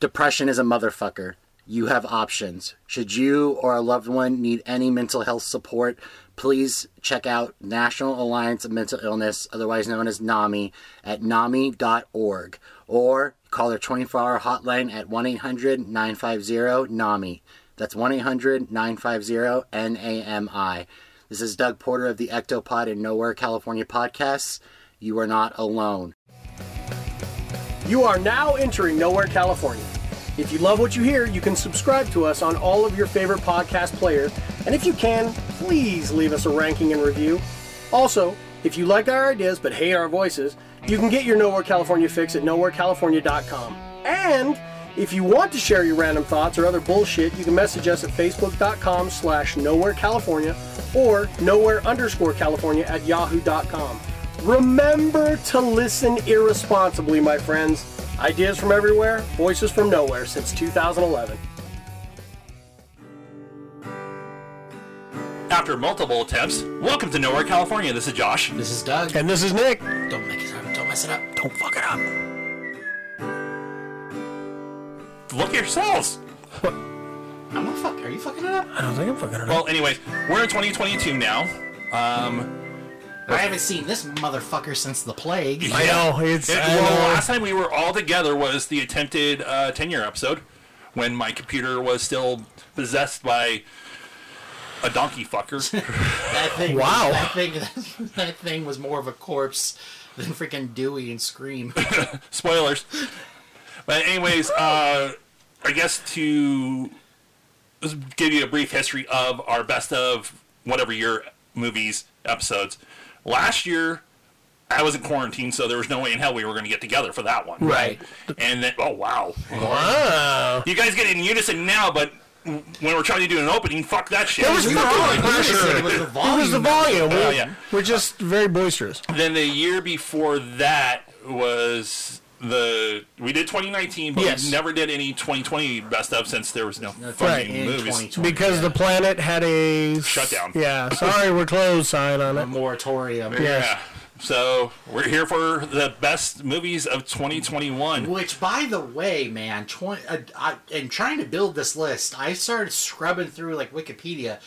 Depression is a motherfucker. You have options. Should you or a loved one need any mental health support, please check out National Alliance of Mental Illness, otherwise known as NAMI, at NAMI.org or call their 24 hour hotline at 1 800 950 NAMI. That's 1 800 950 NAMI. This is Doug Porter of the Ectopod and Nowhere California podcasts. You are not alone. You are now entering Nowhere, California. If you love what you hear, you can subscribe to us on all of your favorite podcast player, and if you can, please leave us a ranking and review. Also, if you like our ideas but hate our voices, you can get your Nowhere California fix at nowherecalifornia.com. And if you want to share your random thoughts or other bullshit, you can message us at facebook.com slash nowhere California or nowhere underscore California at yahoo.com. Remember to listen irresponsibly, my friends. Ideas from everywhere, voices from nowhere since 2011. After multiple attempts, welcome to Nowhere, California. This is Josh. This is Doug. And this is Nick. Don't make it up. Don't mess it up. Don't fuck it up. Look at yourselves. I'm a fuck. Are you fucking it up? I don't think I'm fucking it Well, anyways, we're in 2022 now. Um, I haven't seen this motherfucker since the plague. I know. It's. it- I well, know. last time we were all together was the attempted uh, 10 year episode when my computer was still possessed by a donkey fucker. That thing. Wow. That thing. That thing was more of a corpse than freaking Dewey and Scream. Spoilers. But, anyways, uh, I guess to just give you a brief history of our best of whatever year movies episodes. Last year, I was in quarantine, so there was no way in hell we were going to get together for that one. Right. And then, oh, wow. Wow. You guys get in unison now, but when we're trying to do an opening, fuck that shit. There was We were fucking all in unison. unison. it was the It was the volume. volume. We're, Oh, yeah. we're just very boisterous. Then the year before that was the we did 2019, but Yes. we never did any 2020 best of since there was no right. fucking In movies. 2020, Because the planet had a. Shutdown. Yeah. Sorry, we're closed sign on a it. moratorium, Yes. Yeah. So we're here for the best movies of 2021. Which, by the way, man, twen- uh, I, in trying to build this list, I started scrubbing through like Wikipedia.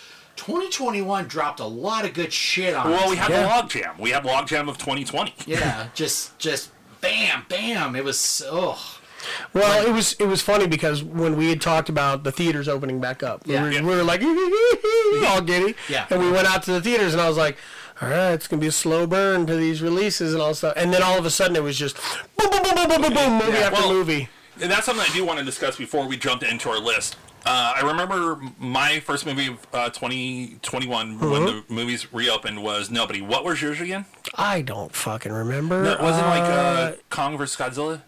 2021 dropped a lot of good shit on. Well, us. we have Yeah. the logjam. We have logjam of 2020. yeah, just just bam, bam. It was oh, Well, it was it was funny because when we had talked about the theaters opening back up, Yeah. we, were, Yeah. we were like all giddy, Yeah. and we went out to the theaters, and I was like, "All right, it's gonna be a slow burn to these releases and all stuff." And then all of a sudden, it was just boom, boom, boom, boom, boom, boom, boom movie Yeah. after Well, movie. And that's something I do want to discuss before we jumped into our list. Uh, I remember my first movie of uh, 2021 when the Mm-hmm. movies reopened was Nobody. What was yours again? I don't fucking remember. No, was it like Uh, uh, Kong versus Godzilla?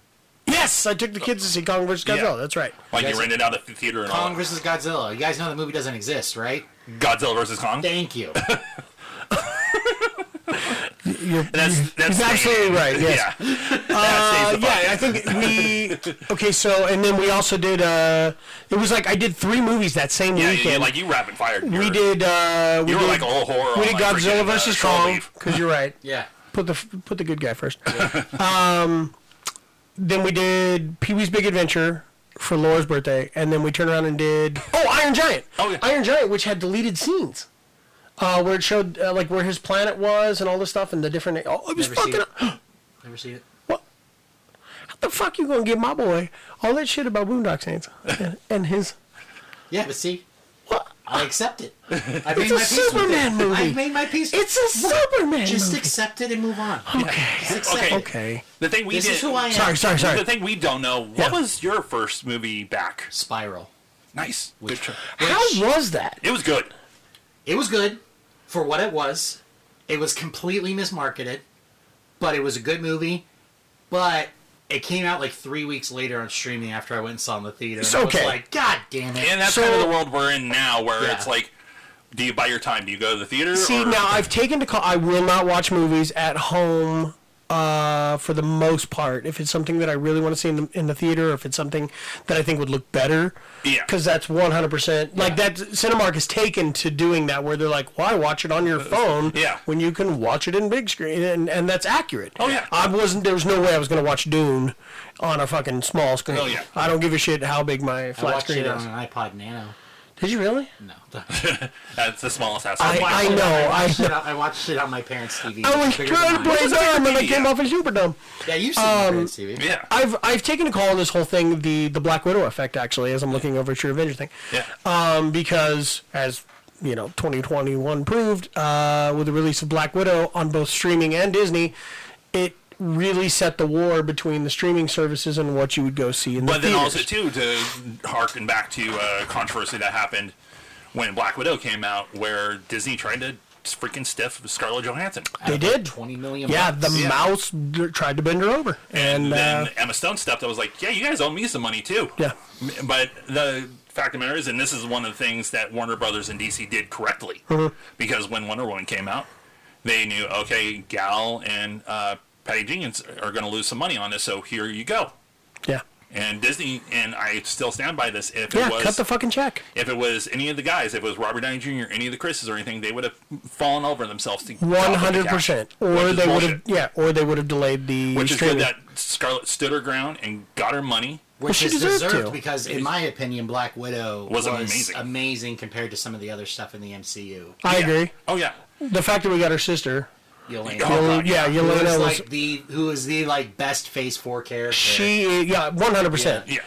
yes, I took the kids to see Kong vs. Godzilla. Yeah. That's right. Like Yes. you rented out the theater and Kong versus Godzilla. You guys know the movie doesn't exist, right? all. Godzilla versus Kong. And Thank you. that's that's He's absolutely right. Yes. Yeah. That Uh, stays the yeah, fuck I in. think we okay. So and then we also did. Uh, it was like I did three movies that same Yeah, weekend. yeah, like you rapid fired. we did. Uh, we You were did, like a whole horror. We on, did like, freaking, Godzilla uh, versus Shore Kong Leave. because you're right. Yeah. Put the put the good guy first. um, then we did Pee Wee's Big Adventure for Laura's birthday, and then we turned around and did oh Iron Giant. Oh, yeah. Iron Giant, which had deleted scenes. Uh, where it showed uh, like where his planet was and all this stuff and the different. Oh, it was Never seen fucking. Never seen it. the fuck you gonna give my boy all that shit about Boondock Saints and, and his Yeah, but see, what? I accept it. I a made my peace with Superman it. movie. I made my peace. It's a Superman. Just movie. accept it and move on. okay. Just accept Okay. it. Okay. The thing we This did. is who I am. Sorry, sorry, The sorry. thing we don't know. What Yeah. was your first movie back? Spiral. Nice. Good try. How was that? It was good. It was good for what it was. It was completely mismarketed, but it was a good movie. But it came out like three weeks later on streaming after I went and saw it in the theater. It's and I okay. was like, God damn it. And that's So- kind of the world we're in now, where Yeah. it's like, do you buy your time? Do you go to the theater? See, or- now I've taken to call. I will not watch movies at home uh, for the most part. If it's something that I really want to see in the, in the theater, or if it's something that I think would look better, Yeah. because that's one hundred percent like that. Cinemark is taken to doing that, where they're like, "Why watch it on your phone? Uh, yeah. when you can watch it in big screen," and, and that's accurate. Oh, yeah. I wasn't. There was no way I was going to watch Dune on a fucking small screen. Oh, yeah. I don't give a shit how big my I flat watched screen it is. on an iPod Nano. Did you really? No, That's the smallest house. I, Wow. I know. I, watched know. it on- I watched it on my parents' TV. I was Bigger than trying to um, mine. play dumb, and I Wikipedia. came off as super dumb. Yeah, you've seen my parents' TV. Yeah. I've I've taken a call on this whole thing, the the Black Widow effect, actually, as I'm looking over at your Avenger thing, yeah. um, because as you know, 2021 proved uh, with the release of Black Widow on both streaming and Disney, it really set the war between the streaming services and what you would go see in the But then theaters. also too to harken back to a controversy that happened when Black Widow came out, where Disney tried to freaking stiff Scarlett Johansson, they did. Twenty million. Yeah, bucks. the Yeah. mouse d- tried to bend her over, and, then uh, Emma Stone stepped. I was like, yeah, you guys owe me some money too. yeah, But the fact of the matter is, and this is one of the things that Warner Brothers and DC did correctly, Mm-hmm. because when Wonder Woman came out, they knew okay, Gal and uh, Patty Jenkins are going to lose some money on this, so here you go. yeah, And Disney, and I still stand by this. If yeah, it was cut the fucking check. If it was any of the guys, if it was Robert Downey Jr., any of the Chris's or anything, they would have fallen over themselves. to One hundred percent, or Which is they would bullshit. have, yeah, or they would have delayed the Which is streaming. good that Scarlett stood her ground and got her money. which she is deserved deserved to. because, in my opinion, Black Widow Was was, amazing. amazing. compared to some of the other stuff in the MCU. I Yeah. agree. Oh yeah, The fact that we got her sister, Yelena, Oh, Yel- God, yeah, who Yelena is was, like the who is the like best Phase Four character. she, yeah, one hundred percent. yeah.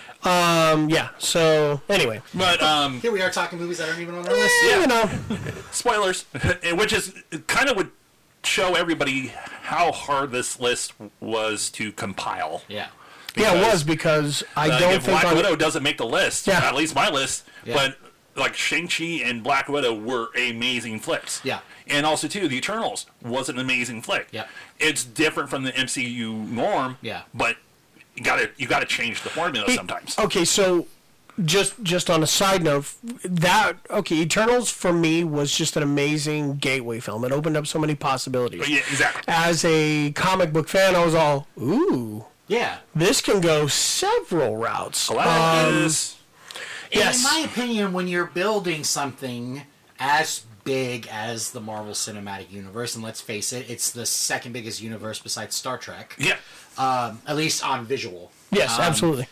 Um, yeah. So anyway, But um, Here we are talking movies that aren't even on our list. eh, you know, spoilers, which is kind of would show everybody how hard this list was to compile. Yeah. yeah, it Because, was because I Like, don't if think Black on, Widow doesn't make the list, Yeah. at least my list, Yeah. but like Shang Chi and Black Widow were amazing flicks. Yeah. and also too, The Eternals was an amazing flick. Yeah. it's different from the MCU norm. Yeah. but you gotta you gotta change the formula sometimes. Okay, so just just on a side note, that okay, Eternals for me was just an amazing gateway film. It opened up so many possibilities. But yeah, exactly. As a comic book fan, I was all, ooh, Yeah. this can go several routes. Well, Uh, that is- And Yes. in my opinion, when you're building something as big as the Marvel Cinematic Universe, and let's face it, it's the second biggest universe besides Star Trek, yeah, um, at least on visual. yes, Um, absolutely.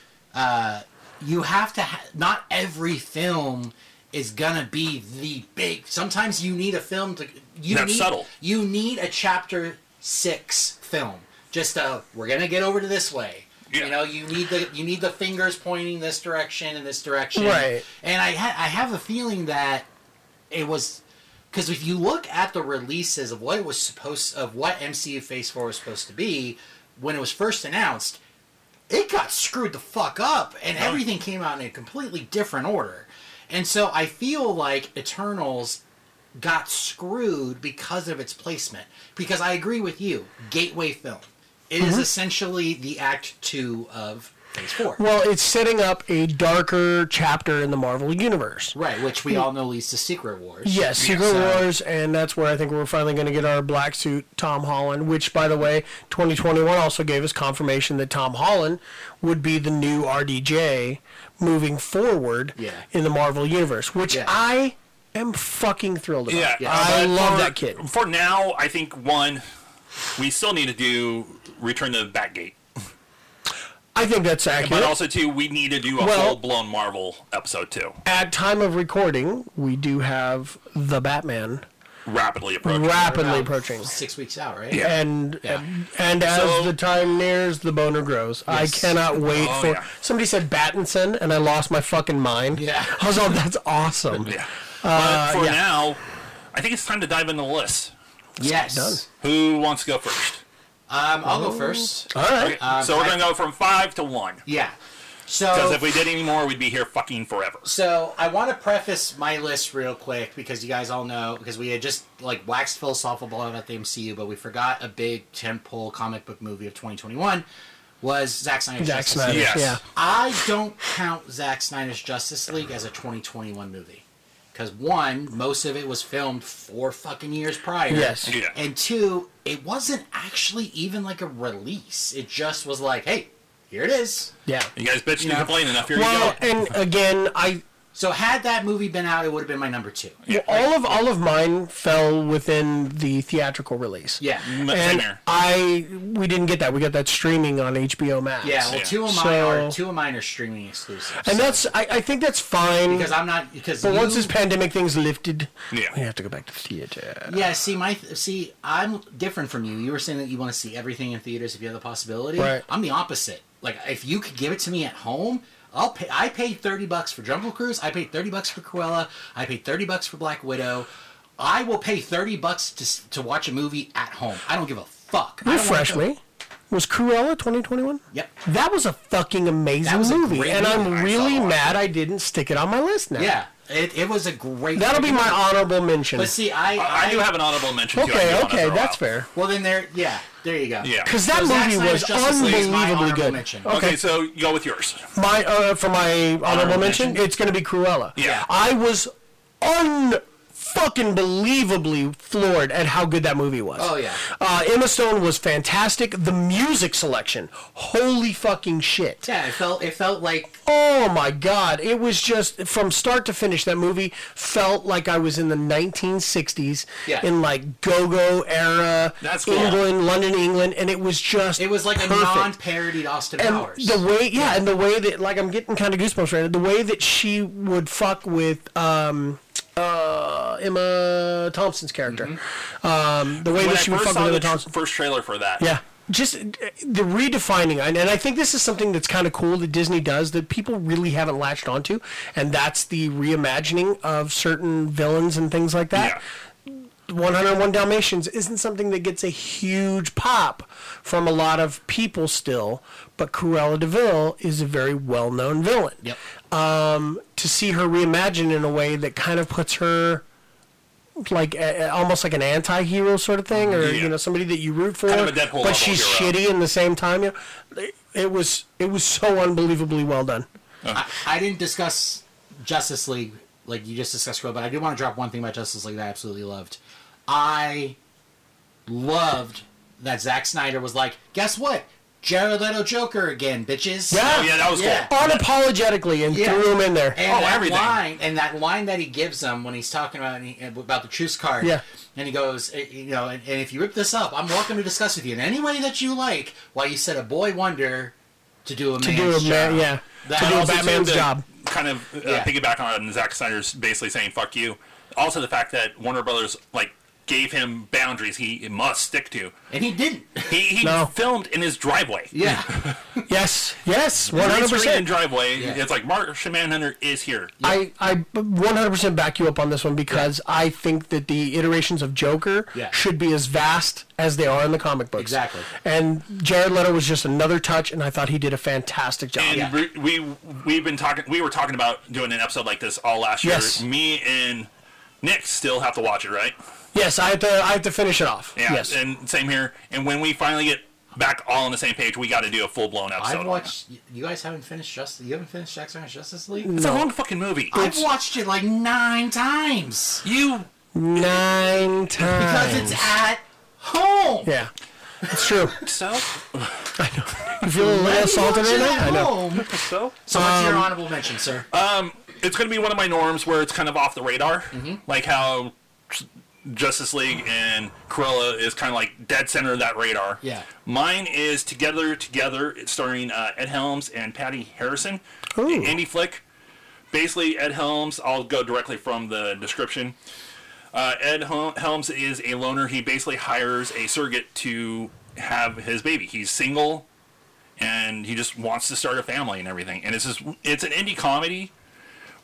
You have to. Ha- not every film is gonna be the big. Sometimes you need a film to. You That's need, subtle. You need a chapter six film. Just a. We're gonna get over to this way. Yeah. You know, you need the you need the fingers pointing this direction and this direction. Right. And I ha- I have a feeling that it was because if you look at the releases of what it was supposed of what MCU Phase Four was supposed to be when it was first announced, it got screwed the fuck up, and everything came out in a completely different order. And so I feel like Eternals got screwed because of its placement. Because I agree with you, gateway film. It is Mm-hmm. essentially the Act Two of Phase Four. Well, it's setting up a darker chapter in the Marvel universe. Right, which we all know leads to Secret Wars. Yes, Secret So- uh, Wars, and that's where I think we're finally going to get our black suit Tom Holland, which, by the way, 2021 also gave us confirmation that Tom Holland would be the new RDJ moving forward Yeah. in the Marvel Universe, which Yeah. I am fucking thrilled about. yeah. I but love for- that kid. For now, I think one, we still need to do Return to the Batgate. I think that's accurate. But also too, we need to do a Well- full blown Marvel episode too. At time of recording, we do have the Batman Rapidly approaching. rapidly About approaching. six weeks out, right? Yeah. and Yeah. and, and as So- the time nears, the boner grows. I Yes. cannot wait Oh, for. yeah. Somebody said Battinson, and I lost my fucking mind. Yeah. I was all, that's awesome. yeah. But for Uh, yeah. now, I think it's time to dive into the list. Yes. Done. Who wants to go first? Um, I'll Oh. go first. All Okay. right. so um, we're gonna go from five to one. Yeah. Because So, if we did any more, we'd be here fucking forever. so I want to preface my list real quick because you guys all know because we had just like waxed philosophical about the MCU, but we forgot a big tentpole comic book movie of 2021 was Zack Snyder's Zack Justice Snyder. League. Yes. Yeah. I don't count Zack Snyder's Justice League as a 2021 movie because one, most of it was filmed four fucking years prior. Yes. Yeah. And two, it wasn't actually even like a release. It just was like, hey, here it is. Yeah. You guys bitched and Yeah. complained enough. Here Well, you go. and again, I So had that movie been out, it would have been my number two. well, all of all of mine fell within the theatrical release. Yeah. M- same And here. I we didn't get that. We got that streaming on HBO Max. Yeah, well, Yeah. two of mine are So- two of mine are streaming exclusives. And that's I, I think that's fine. because I'm not because but you- once this pandemic thing's lifted, Yeah. we have to go back to theater. Yeah, see, my th- see, I'm different from you. You were saying that you want to see everything in theaters if you have the possibility. Right. I'm the opposite. Like, if you could give it to me at home, I'll pay. I paid thirty bucks for Jungle Cruise. I paid thirty bucks for Cruella. I paid thirty bucks for Black Widow. I will pay thirty bucks to s- to watch a movie at home. I don't give a fuck. I don't wanna Refresh go- me. Was Cruella 2021? Yep. That was a fucking amazing That was a movie, great and movie. I'm I really saw it. mad I didn't stick it on my list now. Yeah, it, it was a great. That'll be my honorable mention. But see, I I, I do have an honorable mention. too. I do okay, wanna okay, throw that's out. fair. Well, then there. Yeah, there you go. Yeah. Because that So Zack movie Snyder's was Justice League is my unbelievably honorable good. mention. Okay, okay, so you go with yours. my uh, for my honorable, mention, mention? it's going to be Cruella. Yeah. I was un fucking believably floored at how good that movie was. Oh, yeah. Uh, Emma Stone was fantastic. The music selection, holy fucking shit. Yeah, it felt it felt like Oh my god, it was just from start to finish that movie felt like I was in the 1960s Yeah. in like go-go era That's cool. England, London, England and it was just it was like perfect. a non-parodied Austin And Powers. the way, yeah, and the way that, like, I'm getting kind of goosebumps right now. The way that she would fuck with um, uh, Emma Thompson's character, um, the way Mm-hmm. When I that she would first fuck saw with Emma the Thompson, tr- first trailer for that, yeah. Just uh, the redefining, and, and I think this is something that's kind of cool that Disney does that people really haven't latched onto, and that's the reimagining of certain villains and things like that. yeah. 101 Dalmatians isn't something that gets a huge pop from a lot of people still, but Cruella DeVille is a very well known villain. Yep. To see her reimagined in a way that kind of puts her like a, a- almost like an anti hero sort of thing, or Yeah. you know, somebody that you root for, Kind of a Deadpool level but she's hero. shitty in the same time. You know? It was it was so unbelievably well done. I, I didn't discuss Justice League like you just discussed, Cruella, but I do want to drop one thing about Justice League that I absolutely loved. I loved that Zack Snyder was like, guess what? Jared Leto Joker again, bitches. Yeah. Oh, yeah, that was Yeah. cool. Unapologetically, and Yeah. threw him in there. And Oh, that everything. line and that line that he gives them when he's talking about and he- uh, about the truce card. Yeah. And he goes, eh, you know, and, and if you rip this up, I'm welcome to discuss with you in any way that you like. Why you said a boy wonder to do a man's to do a job. man, yeah, That- to do a Also, also, too, Batman's to job. Kind of uh, Yeah. piggyback on Zack Snyder's basically saying "fuck you." Also, the fact that Warner Brothers like gave him boundaries he must stick to. And he didn't. He, he No. filmed in his driveway. Yeah. Yes, yes, one Green hundred screen in percent. driveway. Yeah. It's like Martian Manhunter is here. I, I 100% back you up on this one because I think that the iterations of Joker Yeah. should be as vast as they are in the comic books. Exactly. And Jared Leto was just another touch, and I thought he did a fantastic job. And Yeah. we, we we've been talking. We were talking about doing an episode like this all last year. Yes. Me and Nick still have to watch it, right? Yes, I have to, I have to finish it off. Yeah. yes. And same here. And when we finally get back all on the same page, we got to do a full blown episode. I've on watched. y- You guys haven't finished Justice. You haven't finished Zack Snyder's Justice League. Mm. it. It's a long fucking movie. I've watched it like nine times you Nine times. because it's at home. yeah. It's true. so You feel a little You watch salted right it now? I at know. Um, home. so Uh, So what's your honorable mention, sir? it's going to be one of my norms where it's kind of off the radar, like how Justice League and Cruella is kind of like dead center of that radar. Yeah. Mine is Together Together, it's starring uh, Ed Helms and Patty Harrison, Ooh. an indie flick. Basically, Ed Helms. I'll go directly from the description. Uh, Ed Hel- Helms is a loner. He basically hires a surrogate to have his baby. He's single, and he just wants to start a family and everything. And it's just it's an indie comedy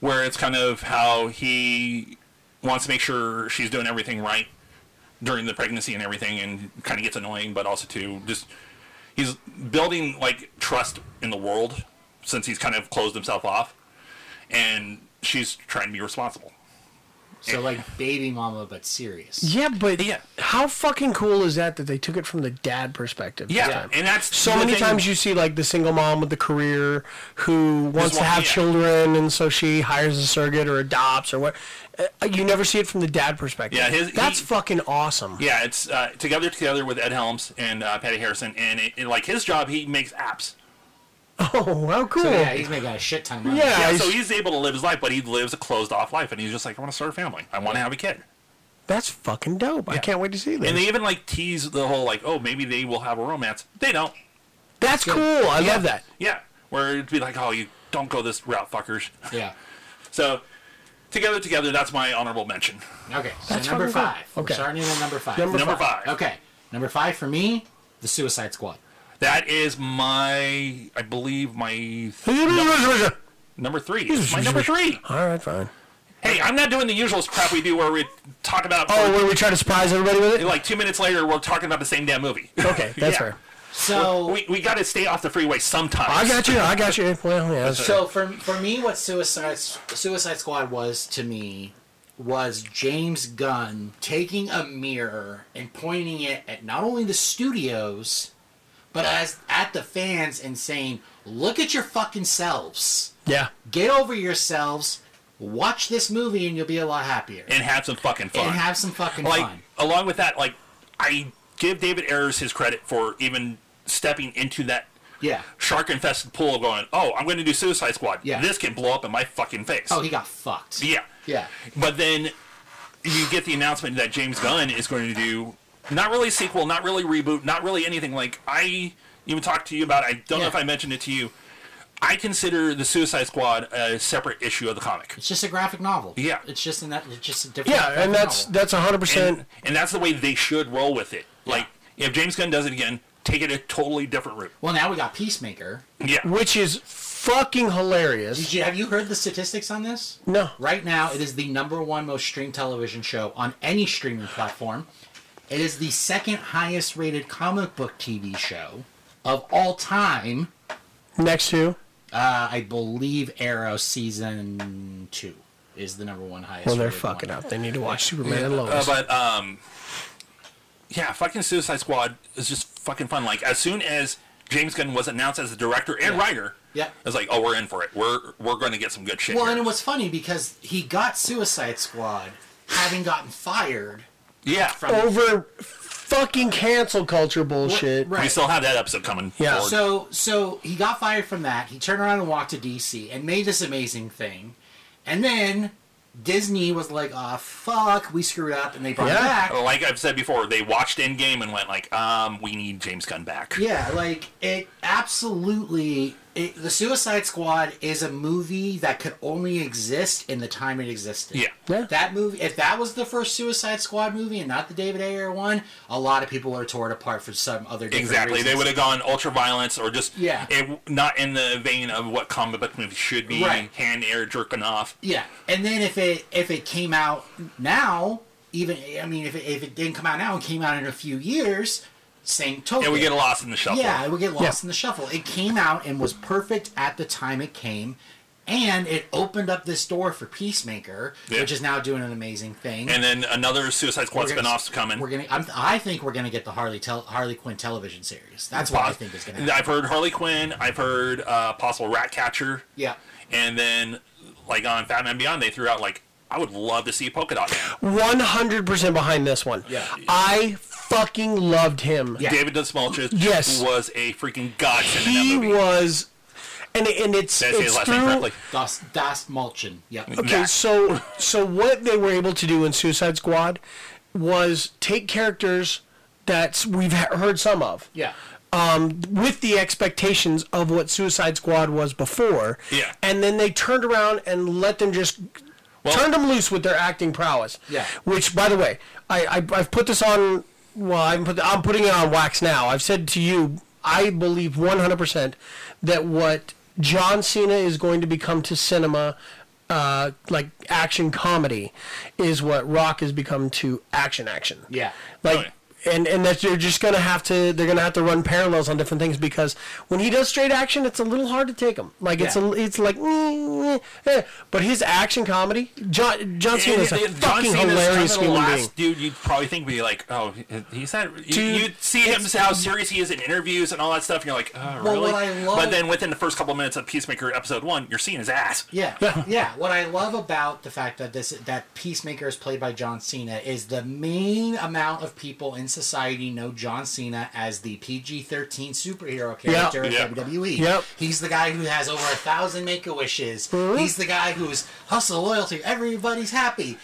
where it's kind of how he wants to make sure she's doing everything right during the pregnancy and everything, and kind of gets annoying, but also to just he's building like trust in the world since he's kind of closed himself off, and she's trying to be responsible. So like baby mama, but serious. Yeah, but Yeah. how fucking cool is that that they took it from the dad perspective? this Yeah, time? and that's so the many thing- times you see like the single mom with the career who wants to one- have yeah. children, and so she hires a surrogate or adopts or what. Uh, You never see it from the dad perspective. Yeah, his- that's he- fucking awesome. Yeah, it's uh, together together with Ed Helms and uh, Patty Harrison, and it, it- like his job, he makes apps. Oh, how cool. So yeah, he's making a shit ton of money. Yeah. Yeah, he's- so he's able to live his life, but he lives a closed off life, and he's just like, I want to start a family, I want to have a kid, That's fucking dope. I can't wait to see this. and they even like tease the whole like, oh, maybe they will have a romance. They don't. that's cool. I love that. Yeah, where it'd be like, oh, you don't go this route, fuckers. Yeah. So together together, that's my honorable mention. Okay. So number fucking cool. five. Okay. We're starting in at number five. Number Number five. Okay. Number five for me, the Suicide Squad. That is my, I believe my th- number three. It's my number three. All right, fine. Hey, I'm not doing the usual crap we do where we talk about. Oh, where we try to surprise everybody with it? like two minutes later, we're talking about the same damn movie. Okay, that's Yeah. fair. So We, we got to stay off the freeway sometimes. I got you. I got you. Well, yeah. that's- So for for me, what Suicide Suicide Squad was to me was James Gunn taking a mirror and pointing it at not only the studios, but as at the fans and saying, "Look at your fucking selves. yeah. Get over yourselves. Watch this movie, and you'll be a lot happier and have some fucking fun. and have some fucking like fun." along with that, like I give David Ayers his credit for even stepping into that Yeah. shark infested pool, of going, "Oh, I'm going to do Suicide Squad. Yeah. This can blow up in my fucking face." Oh, he got fucked. yeah, Yeah. But then you get the announcement that James Gunn is going to do not really sequel, not really reboot, not really anything. Like I even talked to you about. I don't know Yeah. if I mentioned it to you. I consider the Suicide Squad a separate issue of the comic, It's just a graphic novel. Yeah. It's just in that. It's just a different. Yeah, graphic and that's novel. that's 100%. and and that's the way they should roll with it. Like if James Gunn does it again, take it a totally different route. well, now we got Peacemaker. Yeah, which is fucking hilarious. Did you, have you heard the statistics on this? No. Right now, it is the number one most streamed television show on any streaming platform. It is the second highest rated comic book TV show of all time. Next to Uh, I believe Arrow season two is the number one highest. well, they're rated one. fucking up. They need to watch Superman and uh, Lois. but um, yeah, fucking Suicide Squad is just fucking fun. Like as soon as James Gunn was announced as the director and writer, Yeah. it's like oh we're in for it. We're we're going to get some good shit. Well, here. and it was funny because he got Suicide Squad, having gotten fired yeah, from. Over fucking cancel culture bullshit. Right. we still have that episode coming. Yeah. forward. So so he got fired from that. He turned around and walked to DC and made this amazing thing. And then Disney was like, "Ah, fuck, we screwed up," and they brought Yeah. him back. like I've said before, they watched Endgame and went like, um, we need James Gunn back. Yeah, like it absolutely. It, the Suicide Squad is a movie that could only exist in the time it existed. Yeah. Yeah. That movie, if that was the first Suicide Squad movie and not the David Ayer one, a lot of people would have tore it apart for some other different Exactly. They reasons. would have gone ultra violence or just Yeah. it, not in the vein of what comic book movies should be. Right. Hand air jerking off. Yeah, and then if it if it came out now, even I mean, if it, if it didn't come out now and came out in a few years, same token. And we get lost in the shuffle. yeah, it would get lost Yeah. in the shuffle. It came out and was perfect at the time it came, and it opened up this door for Peacemaker, Yeah. which is now doing an amazing thing. And then another Suicide Squad We're gonna- spinoff's coming. We're gonna. I'm, I think we're gonna get the Harley tel- Harley Quinn television series. That's what I think is gonna. happen. I've heard Harley Quinn. I've heard uh, possible Ratcatcher. Yeah. And then, like on Fat Man Beyond, they threw out like, I would love to see Polka Dot Man. One hundred percent behind this one. Yeah. I fucking loved him. Yeah. David Desmalchus Yes. was a freaking godsend in that He movie. was, and and it's Did I say his it's last through. name correctly? Das Das Mulchin. Yeah. Okay, Mac. so so what they were able to do in Suicide Squad was take characters that we've he- heard some of. Yeah. with the expectations of what Suicide Squad was before. Yeah. And then they turned around and let them just turned them loose with their acting prowess. Yeah. Which, by the way, I, I I've put this on. Well, I'm put, I'm putting it on wax now. I've said to you, I believe 100% that what John Cena is going to become to cinema. Uh, like action comedy is what rock has become to action action Yeah. like Oh, and and that they're just gonna have to they're gonna have to run parallels on different things because when he does straight action, it's a little hard to take him. Like it's a, Yeah. it's like, eh, eh, eh. but his action comedy, John John Cena is a And- and fucking Cena's hilarious kind of the human being. last Dude, you'd probably think be like, oh, he's that. You, Dude, you'd see him how serious he is in interviews and all that stuff, and you're like, oh, Well, really? what I love- But then within the first couple of minutes of Peacemaker episode one, you're seeing his ass. Yeah, yeah. What I love about the fact that this that Peacemaker is played by John Cena is the main amount of people in society know John Cena as the PG thirteen superhero character of Yep. WWE. Yep. E. Mm-hmm. He's the guy who has over a thousand make a wishes. He's the guy who's hustle loyalty. Everybody's happy.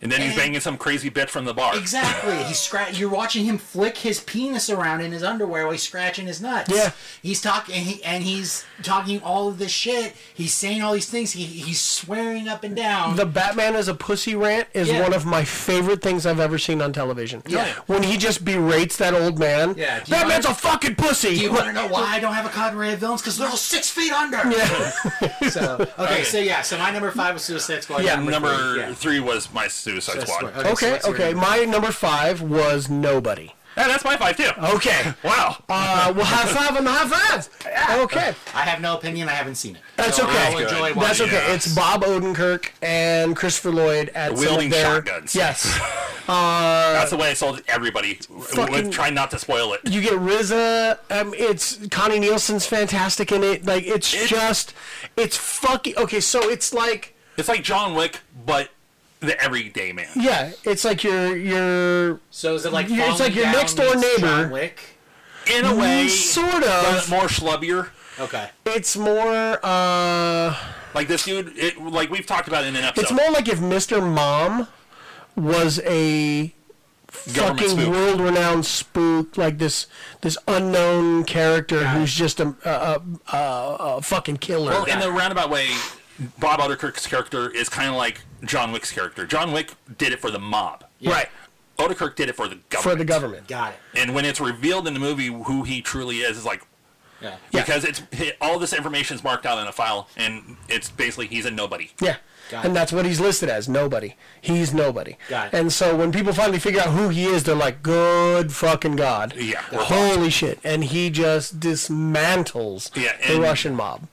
And then he's And- banging some crazy bitch from the bar. Exactly. He's scratch. You're watching him flick his penis around in his underwear while he's scratching his nuts. Yeah. He's talking. And, he, and he's talking all of this shit. He's saying all these things. He, he's swearing up and down. The Batman as a pussy rant is Yeah. one of my favorite things I've ever seen on television. Yeah. When he just berates that old man. Yeah, do you Batman's wanna- a fucking pussy. Do you want to know why I don't have a cadre of villains? Because they're all six feet under. Yeah. So okay, so yeah, so my number five was Suicide Squad. Yeah, number, Number three, yeah. three was my Suicide Suicide Squad. Squad. Yeah, so Okay, let's hear okay. it. My number five was nobody. that's my five too. Okay. Wow. Oh. Uh, well, high five on the high five. Okay. I have no opinion. I haven't seen it. That's So okay. I'll enjoy That's watching That's it. okay. Yeah. It's Bob Odenkirk and Christopher Lloyd at some of Wielding their- shotguns. Yes. that's the way I sold everybody. w- Fucking- with trying not to spoil it. You get RZA. Um, it's Connie Nielsen's fantastic in it. Like it's just, it's fucking okay. So it's like. It's like John Wick, but the everyday man. Yeah, it's like your your So is it like It's like Falling your Down next door meets John neighbor. Wick? In a way, sort but of. more schlubbier. Okay. It's more uh, Like this dude, it, like we've talked about in an episode. it's more like if Mr. Mom was a Government spook. fucking world renowned spook, like this this unknown character who's just a a, a, a, a fucking killer. Well, in the roundabout way, Bob Odenkirk's character is kind of like John Wick's character. John Wick did it for the mob. Right Odenkirk did it for the government. for the government. Got it. And when it's revealed in the movie who he truly is, is like Yeah. because it's all this information is marked out in a file, and it's basically he's a nobody. Yeah. Got and it. that's what he's listed as nobody. He's nobody. Got it. And so when people finally figure out who he is, they're like, "Good fucking god!" Yeah, we're Holy shit! And he just dismantles Yeah, the and- Russian mob.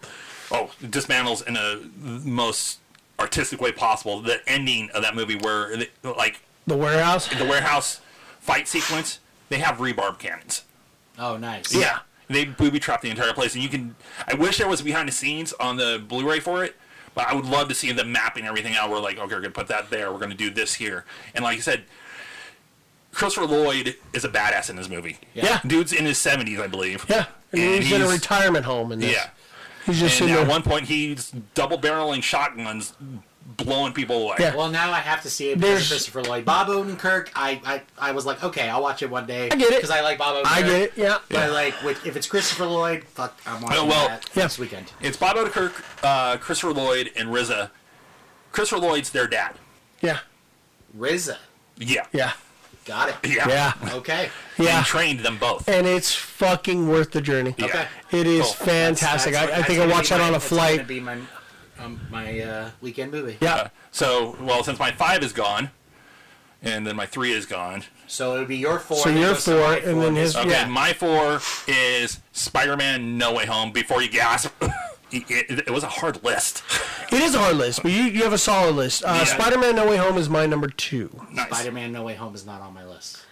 Oh, dismantles in a most artistic way possible. The ending of that movie, where the- like The warehouse. the warehouse fight sequence, they have rebarb cannons. Oh, nice. Yeah. They booby trap the entire place, and you can. I wish there was behind the scenes on the Blu-ray for it, but I would love to see them mapping everything out. We're like, okay, we're gonna put that there. We're gonna do this here, and like you said, Christopher Lloyd is a badass in this movie. Yeah. dude's in his seventies, I believe. Yeah, and And he's, in a he's- retirement home, and yeah. he's just And sitting at there. one point, he's double barreling shotguns, blowing people away. Yeah. Well, now I have to see it because There's- of Christopher Lloyd. Bob Odenkirk, I, I, I was like, okay, I'll watch it one day. I get it. Because I like Bob Odenkirk. I get it. Yeah, But like, with, if it's Christopher Lloyd, fuck, I'm watching Oh, well, that yeah. this weekend. It's Bob Odenkirk, uh, Christopher Lloyd, and RZA. Christopher Lloyd's their dad. yeah, RZA. Yeah. yeah, Got it. Yeah. yeah, Okay. yeah. And trained them both. And it's fucking worth the journey. Yeah. Okay. It is Cool. fantastic. That's- I, I that's think I gonna watched be that my- on a that's gonna flight. be my, um, my uh, weekend movie. yeah, So, well, since my five is gone, and then my three is gone. So it would be your four. So and your it goes to my four, and then his- Okay, Yeah. my four is Spider-Man: No Way Home. Before you gasp, it, it- it was a hard list. it is a hard list, but you, you have a solid list. Uh, Yeah. Spider-Man: No Way Home is my number two. Nice, Spider-Man: No Way Home is not on my list.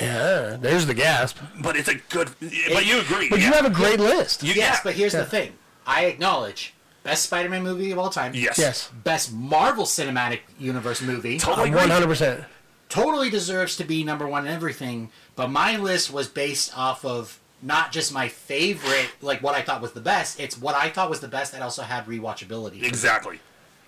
Yeah, there's the gasp. but it's a good. But you agree? But you yeah. have a great list. You- Yes, yeah. but here's the thing. I acknowledge best Spider-Man movie of all time. yes, yes, Best Marvel Cinematic Universe movie. Totally I'm agree. 100. percent totally deserves to be number one in everything, but my list was based off of not just my favorite, like what I thought was the best, it's what I thought was the best that also had rewatchability. exactly.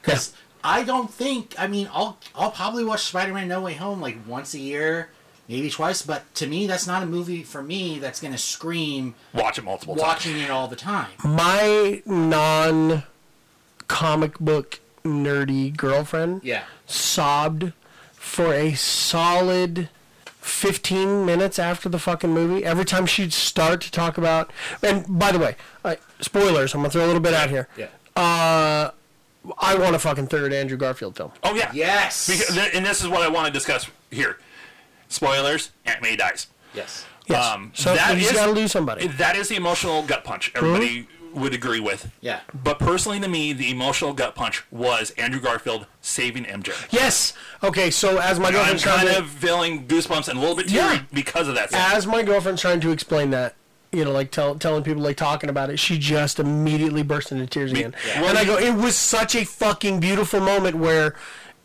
Because I don't think, I mean, I'll, I'll probably watch Spider Man No Way Home like once a year, maybe twice, but to me, that's not a movie for me that's going to scream Watch it multiple times. watching it all the time. My non comic book nerdy girlfriend. Yeah. sobbed for a solid 15 minutes after the fucking movie. Every time she'd start to talk about, and by the way, uh, spoilers. I'm gonna throw a little bit out here. Yeah. I want a fucking third Andrew Garfield film. Oh yeah, Yes. Because, and this is what I want to discuss here. Spoilers: Aunt May dies. Yes. Yes. Um, so that you is- got to lose somebody. That is the emotional gut punch. Everybody would agree with. Yeah. But personally, to me, the emotional gut punch was Andrew Garfield saving MJ. Yes. Okay. So as my I'm girlfriend's trying kind to, of feeling goosebumps and a little bit teary Yeah. because of that. scene. as my girlfriend's trying to explain that, you know, like tell, telling people, like talking about it, she just immediately burst into tears again. Well, and I you- go, it was such a fucking beautiful moment where,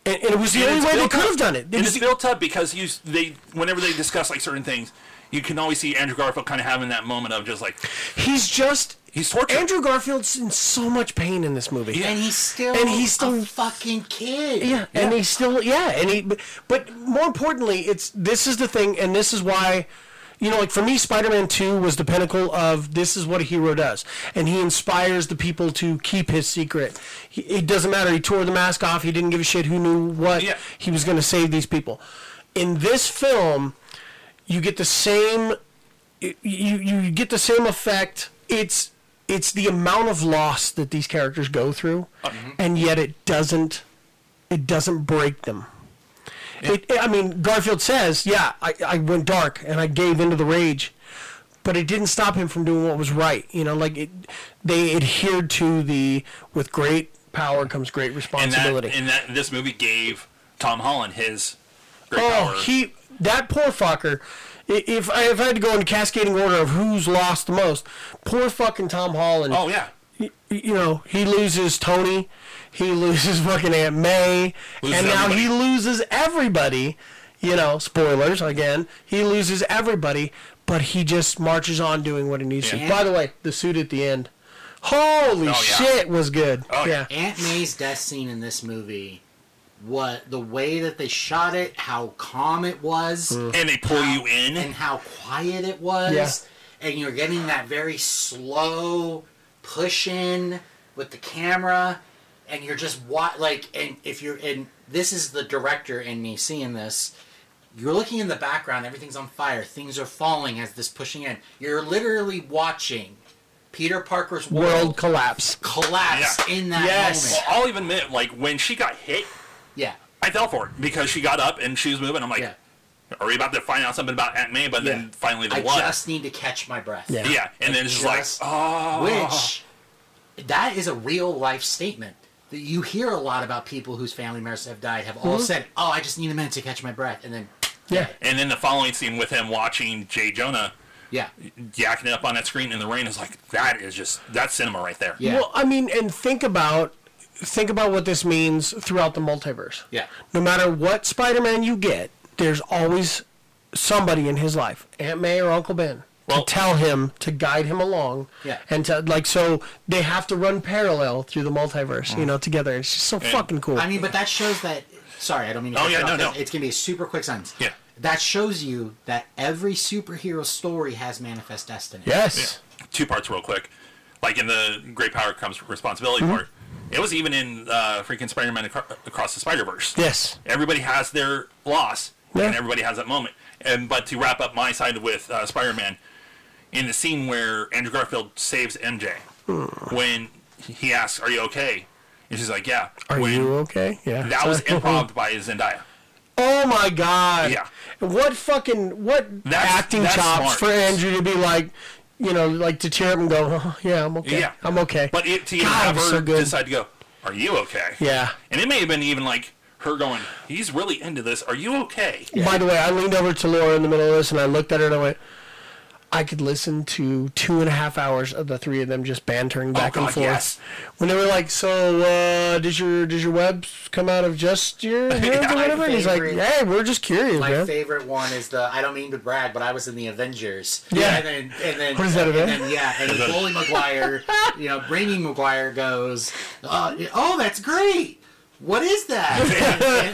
and, and it was the And only it's way they built could up- have done it. It and was it's built up because you s- they whenever they discuss like certain things, you can always see Andrew Garfield kind of having that moment of just like He's just He's tortured. Andrew Garfield's in so much pain in this movie. Yeah. And he's still And he's still- a fucking kid. Yeah, and he still yeah, and he but, but more importantly, it's this is the thing, and this is why. You know, like for me, Spider-Man Two was the pinnacle of this is what a hero does, and he inspires the people to keep his secret. He, it doesn't matter. He tore the mask off. He didn't give a shit who knew what. Yeah. He was going to save these people. In this film, you get the same you you get the same effect. It's it's the amount of loss that these characters go through, Uh-huh. and yet it doesn't it doesn't break them. It, I mean, Garfield says, "Yeah, I, I went dark and I gave into the rage, but it didn't stop him from doing what was right." You know, like it, they adhered to the with great power comes great and that responsibility. and that this movie gave Tom Holland his great Oh, power. he that poor fucker. I- If I, if I had to go in cascading order of who's lost the most, poor fucking Tom Holland. oh yeah, Y- you know he loses Tony, he loses fucking Aunt May, Loses and now he everybody. loses everybody. You know, spoilers again. He loses everybody, but he just marches on doing what he needs to. Yeah. Oh, By the way, the suit at the end, holy yeah. shit, was good. Oh, yeah. yeah. Aunt May's death scene in this movie, what the way that they shot it, how calm it was, and they pull you and in. how quiet it was, Yeah. and you're getting that very slow push in with the camera, and you're just wa- like, and if you're in, this is the director in me seeing this. You're looking in the background, everything's on fire, things are falling as this pushing in. You're literally watching Peter Parker's World world, collapse. collapse Yeah. in that Yes. Well, moment. I'll even admit, like when she got hit, Yeah. I fell for it because she got up and she was moving. I'm like, Yeah. are we about to find out something about Aunt May? But then finally, the I one. just need to catch my breath. Yeah. yeah, and then it's just like, Just- oh, Which, that is a real life statement. That You hear a lot about people whose family members have died have Mm-hmm. all said, "Oh, I just need a minute to catch my breath," and then, Yeah. and then the following scene with him watching Jay Jonah yeah, yakking up on that screen in the rain is like that is just that's cinema right there. yeah, Well, I mean, and think about think about what this means throughout the multiverse. yeah, No matter what Spider-Man you get, there's always somebody in his life, Aunt May or Uncle Ben, Well- to tell him to guide him along. Yeah. And to like, so they have to run parallel through the multiverse, you know, together. It's just so fucking cool. I mean, but that shows that. Sorry, I don't mean. To Oh, cut you yeah, off. no, no. It's- It's gonna be a super quick sentence. Yeah. That shows you that every superhero story has manifest destiny. yes. Two parts real quick, like in the great power comes responsibility Mm-hmm. part. It was even in uh, freaking Spider-Man Acro- across the Spider-Verse. Yes. Everybody has their loss, Yeah. and everybody has that moment. And but to wrap up my side with uh, Spider-Man, in the scene where Andrew Garfield saves MJ, Hmm. when he asks, "Are you okay?" and she's like, "Yeah." Are when you okay? Yeah. That was improv by Zendaya. Oh my god. Yeah. What fucking what That's- acting that's chops smart. for Andrew to be like, you know, like to tear up and go, oh, yeah, I'm okay. Yeah. I'm okay. But it, to God, have it was her so good. decide to go, are you okay? yeah. And it may have been even like her going, he's really into this. Are you okay? By the way, I leaned over to Laura in the middle of this and I looked at her and I went, I could listen to two and a half hours of the three of them just Oh, bantering back and God, forth. yes. When they were like, "So, uh, does your does your webs come out of just your head Yeah. or whatever?" And he's like, Favorite. "Hey, we're just curious, My man." favorite one is the I don't mean to brag, but I was in the Avengers. Yeah. And then and then What is that and about? then, yeah, and Bully McGuire, you know, Brainy McGuire goes, uh, oh, that's great. What is that?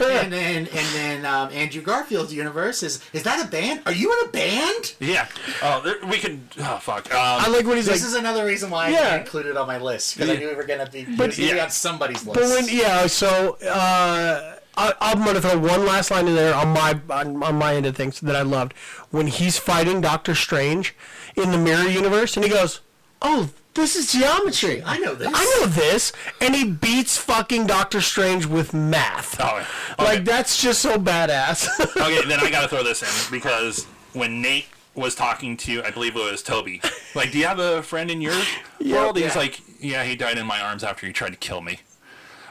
and, and, and then and then um, Andrew Garfield's universe is is that a band? Are you in a band? Yeah. Oh, there, we can. Oh, fuck. Um, I like what he's This like. is another reason why I Yeah. didn't include it on my list because I knew we were gonna be, it was gonna be yeah. on somebody's list. But "Oh, when yeah, so uh, I, I'm gonna throw one last line in there on my on, on my end of things that I loved when he's fighting Doctor Strange in the mirror universe, and he goes, "Oh, This is geometry. I know this. I know this. And he beats fucking Doctor Strange with math. Oh, okay. Like, that's just so badass. okay, then I gotta throw this in because when Nate was talking to, I believe it was Toby, like, do you have a friend in your world? He's like, yeah, he died in my arms after he tried to kill me.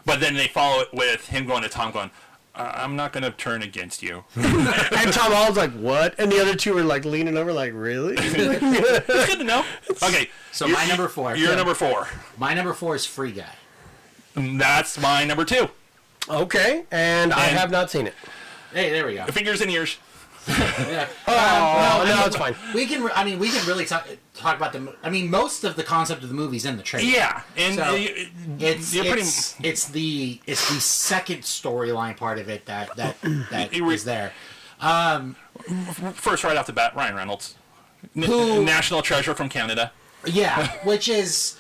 But then they follow it with him going to Tom, going, I- I'm not gonna turn against you. and Tom Holland's like, what? And the other two are like leaning over, like, really? It's good to know. Okay, So you're- my number four. You're Yeah. number four. My number four is Free Guy. That's my number two. okay. And I And- have not seen it. Hey, there we go. Fingers and ears. Yeah. Oh, no, it's fine. We can. re- I mean, we can really talk talk about the. mo- I mean, most of the concept of the movie's in the trailer. Yeah, and So, uh, It's you're pretty- it's, it's the it's the second storyline part of it that that that You re- is there. first right off the bat, Ryan Reynolds, N- Who- national treasure from Canada. Yeah, which is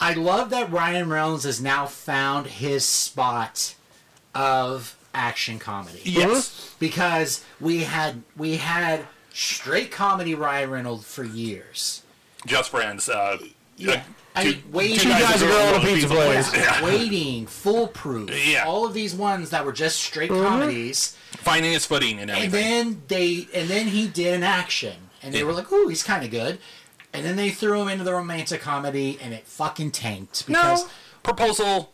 I love that Ryan Reynolds has now found his spot of action comedy. Yes. Because we had we had straight comedy Ryan Reynolds for years. Just Friends. Uh, Yeah. uh, I two, mean, way two too- guys, a girl, and a pizza place. place. Yeah. Waiting, foolproof. Yeah. All of these ones that were just straight comedies. Finding his footing and And everything. then they and then he did an action. And they Yeah. were like, ooh, he's kinda good. And then they threw him into the romantic comedy and it fucking tanked because no proposal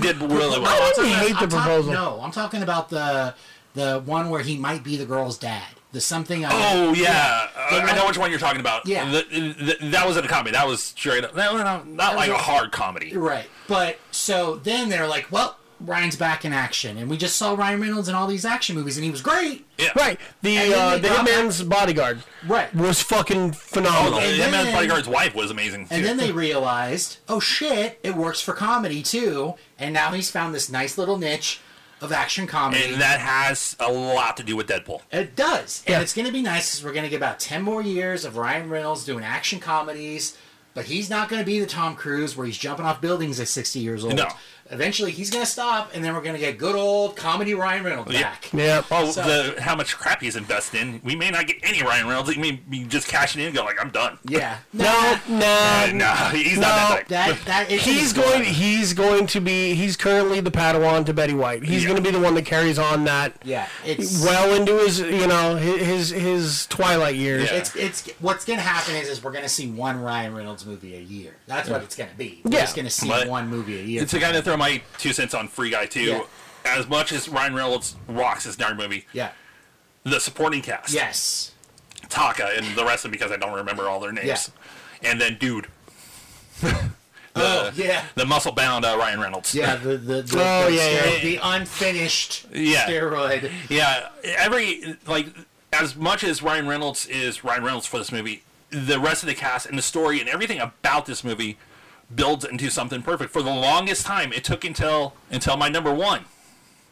did really I well. didn't hate the I'm talk- proposal. no, I'm talking about the the one where he might be the girl's dad. The something. I, Oh yeah, Uh, I know which one you're talking about. Yeah. The- the- that wasn't a comedy. That was straight up. No, no, no, not like a hard comedy. right. But so then they're like, well, Ryan's back in action, and we just saw Ryan Reynolds in all these action movies, and he was great. Yeah. Right. And The, then uh, they the brought back- Hitman's Bodyguard Right. was fucking phenomenal. Oh, And that man's then- bodyguard's wife was amazing too. And then they realized, oh shit, it works for comedy too. And now he's found this nice little niche of action comedy. and that has a lot to do with Deadpool. It does. Yeah. And it's going to be nice because we're going to get about 10 more years of Ryan Reynolds doing action comedies, but he's not going to be the Tom Cruise where he's jumping off buildings at 60 years old. No. Eventually, he's going to stop, and then we're going to get good old comedy Ryan Reynolds Yeah. back. Yeah. Oh, So- the how much crap he's invested in. We may not get any Ryan Reynolds. He may be just cashing in and go like, I'm done. Yeah. No, no, And, nah, he's not that No, type. That, that is. He's going. He's going to be. He's currently the Padawan to Betty White. He's Yeah. going to be the one that carries on that. Yeah. It's. Well into his, you know, hi- his his twilight years. Yeah. It's it's what's gonna happen is is we're gonna see one Ryan Reynolds movie a year. That's what it's gonna be. We're Yeah. just gonna see But one movie a year. to kind of throw my two cents on Free Guy too. Yeah. As much as Ryan Reynolds rocks this darn movie, yeah. the supporting cast, Yes. Taka and the rest of them because I don't remember all their names, and then dude, Oh yeah. the muscle bound uh, Ryan Reynolds. Yeah, the the the, Uh, Oh, the, yeah, steroid- yeah. the unfinished Yeah. steroid. Yeah, every like as much as Ryan Reynolds is Ryan Reynolds for this movie, the rest of the cast and the story and everything about this movie builds into something perfect. For the longest time, it took until until my number one,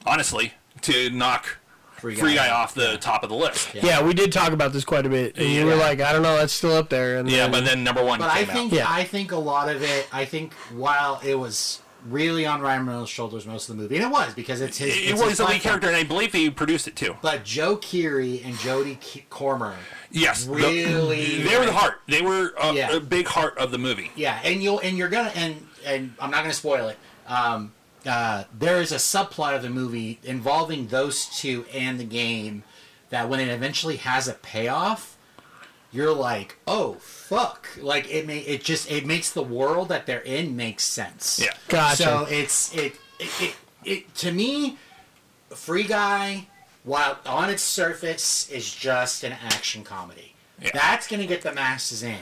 honestly, to knock Free Guy, off the top of the list. Yeah, Yeah, we did talk about this quite a bit. And We were Yeah. like, I don't know, that's still up there. And then- but then number one But I came think out. Yeah. I think a lot of it. I think while it was really on Ryan Reynolds' shoulders most of the movie, and it was because it's his. It, it it's was his the lead platform. character, and I believe he produced it too. But Joe Keery and Jodie Ke- Cormer, Yes, the- Really? they were the heart. They were a, Yeah. a big heart of the movie. yeah, and you'll and you're gonna and and I'm not gonna spoil it. Um, uh, there is a subplot of the movie involving those two and the game that when it eventually has a payoff, you're like, oh fuck! Like it may it just it makes the world that they're in make sense. Yeah. Gotcha. So it's it it, it it to me, Free Guy, while on its surface is just an action comedy. Yeah. That's gonna get the masses in.